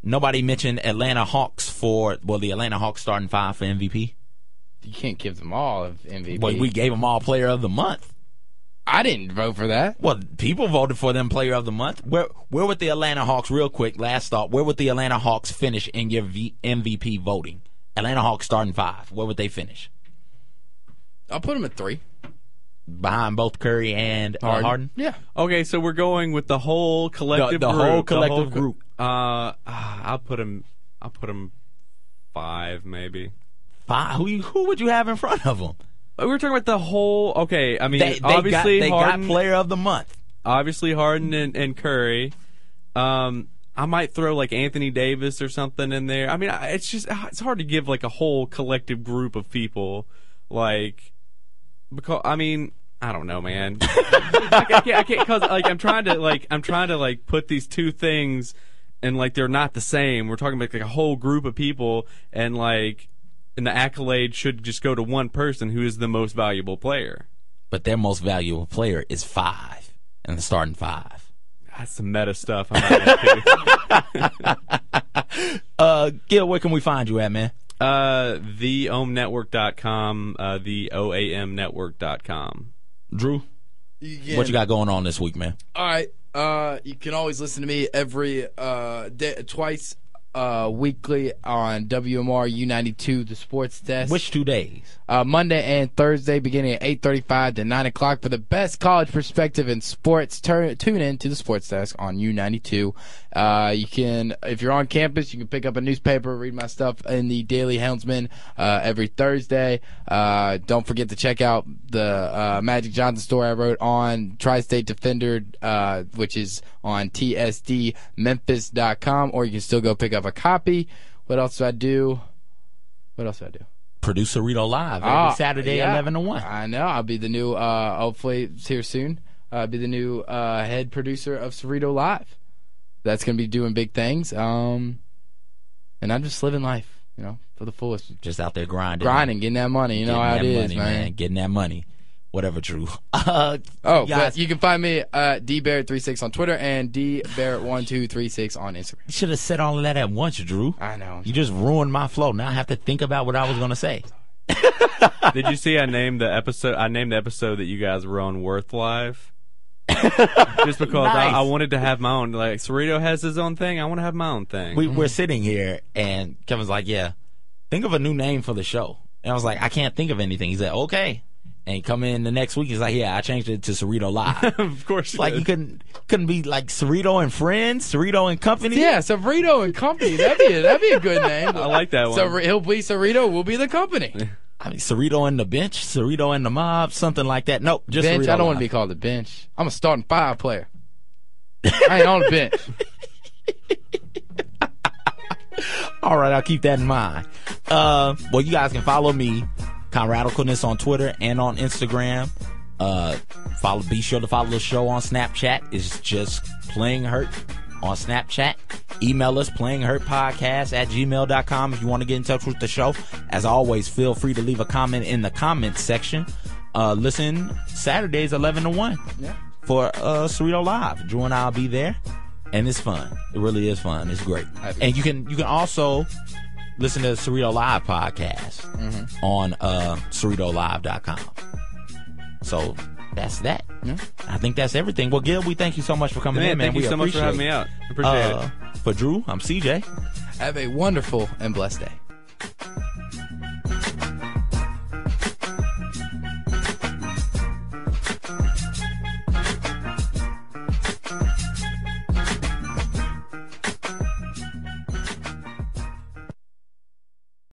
Nobody mentioned Atlanta Hawks for well, the Atlanta Hawks starting five for MVP.
You can't give them all of MVP.
Well, we gave them all Player of the Month.
I didn't vote for that.
Well, people voted for them Player of the Month. Where where would the Atlanta Hawks? Real quick, last thought. Where would the Atlanta Hawks finish in your v, MVP voting? Atlanta Hawks starting five. Where would they finish?
I'll put them at three.
Behind both Curry and uh, Harden.
Yeah.
Okay, so we're going with the whole collective
The- the
group.
whole collective
co-
group.
Uh, ah, I'll put him. I'll put him five, maybe.
Five. Who you, who would you have in front of them?
We were talking about the whole. Okay, I mean,
They, they
obviously
got, they
Harden,
got Player of the Month.
obviously Harden and, and Curry. Um, I might throw like Anthony Davis or something in there. I mean, I- it's just uh, it's hard to give like a whole collective group of people like because I mean I don't know, man. I can't, I can't cause like I'm trying to like I'm trying to like put these two things and like they're not the same. We're talking about like a whole group of people and like and the accolade should just go to one person who is the most valuable player.
but their most valuable player is five and the starting five.
That's some meta stuff. I'm not into.
Uh, Gil, where can we find you at, man?
Uh, theomnetwork.com, uh, the oamnetwork.com.
Drew,
Again,
what you got going on this week, man?
All right.
Uh, you can always listen to me every uh, day, twice uh, weekly on WMR U92, the sports desk.
Which two days?
uh, Monday and Thursday, beginning at 8.35 to 9 o'clock for the best college perspective in sports. Turn, tune in to the sports desk on U92. Uh, you can, if you're on campus, you can pick up a newspaper, read my stuff in the Daily Houndsman uh, every Thursday. Uh, don't forget to check out the uh, Magic Johnson story I wrote on Tri-State Defender, uh, which is on tsdmemphis.com, or you can still go pick up a copy. What else do I do? What else do I do?
Producer Rito Live every
Ah,
Saturday,
yeah.
11 to 1.
I know. I'll be the new, uh, hopefully, it's here soon. Uh, I'll be the new uh, head producer of Cerrito Live. That's going to be doing big things. Um, and I'm just living life, you know, for the fullest.
Just out there grinding.
Grinding, getting that money. You know
Getting
how
that
it is,
money,
man.
Getting that money. Whatever, Drew. Uh,
Oh,
guys,
but you can find me at dbarrett36 on Twitter and dbarrett1236 on Instagram.
should have said all of that at once, Drew.
I know.
You just ruined my flow. Now I have to think about what I was going to say.
Did you see I named the episode I named the episode that you guys were on Worth Live? Just because
Nice.
I, I wanted to have my own like Cerrito has his own thing, I want to have my own thing.
Mm-hmm.
We, We're sitting here, and Kevin's like, Yeah, think of a new name for the show. And I was like, I can't think of anything. He said, Okay. And he come in the next week. He's like, Yeah, I changed it to Cerrito Live.
of course,
It's like you couldn't couldn't be like Cerrito and Friends, Cerrito and Company.
Yeah, Cerrito and Company. That'd be, that'd be a good name.
I like that one.
So he'll be Cerrito, we'll be the company.
I mean Cerrito and the Bench, Cerrito and the Mob, something like that. Nope, just
bench.
Cerrito
I don't want to be
Live.
called a bench. I'm a starting five player. I ain't on the bench.
All right, I'll keep that in mind. Uh, well, you guys can follow me, Conradicalness, on Twitter and on Instagram. Uh, follow. Be sure to follow the show on Snapchat. It's just playing hurt on Snapchat. Email us playing hurt podcast at gmail.com if you want to get in touch with the show. As always, feel free to leave a comment in the comments section. Uh, listen Saturdays eleven to one
Yeah.
for uh, Cerrito Live. Drew and I'll be there, and it's fun. It really is fun. It's great.
Happy.
And you can you can also listen to the Cerrito Live podcast
Mm-hmm.
on uh, CerritoLive.com. So that's that. I think that's everything. Well, Gil, we thank you so much for coming
man,
in, man.
thank
we
you so much for
appreciate
having
it.
me out. Appreciate it.
Uh, For Drew, I'm CJ.
Have a wonderful and blessed day.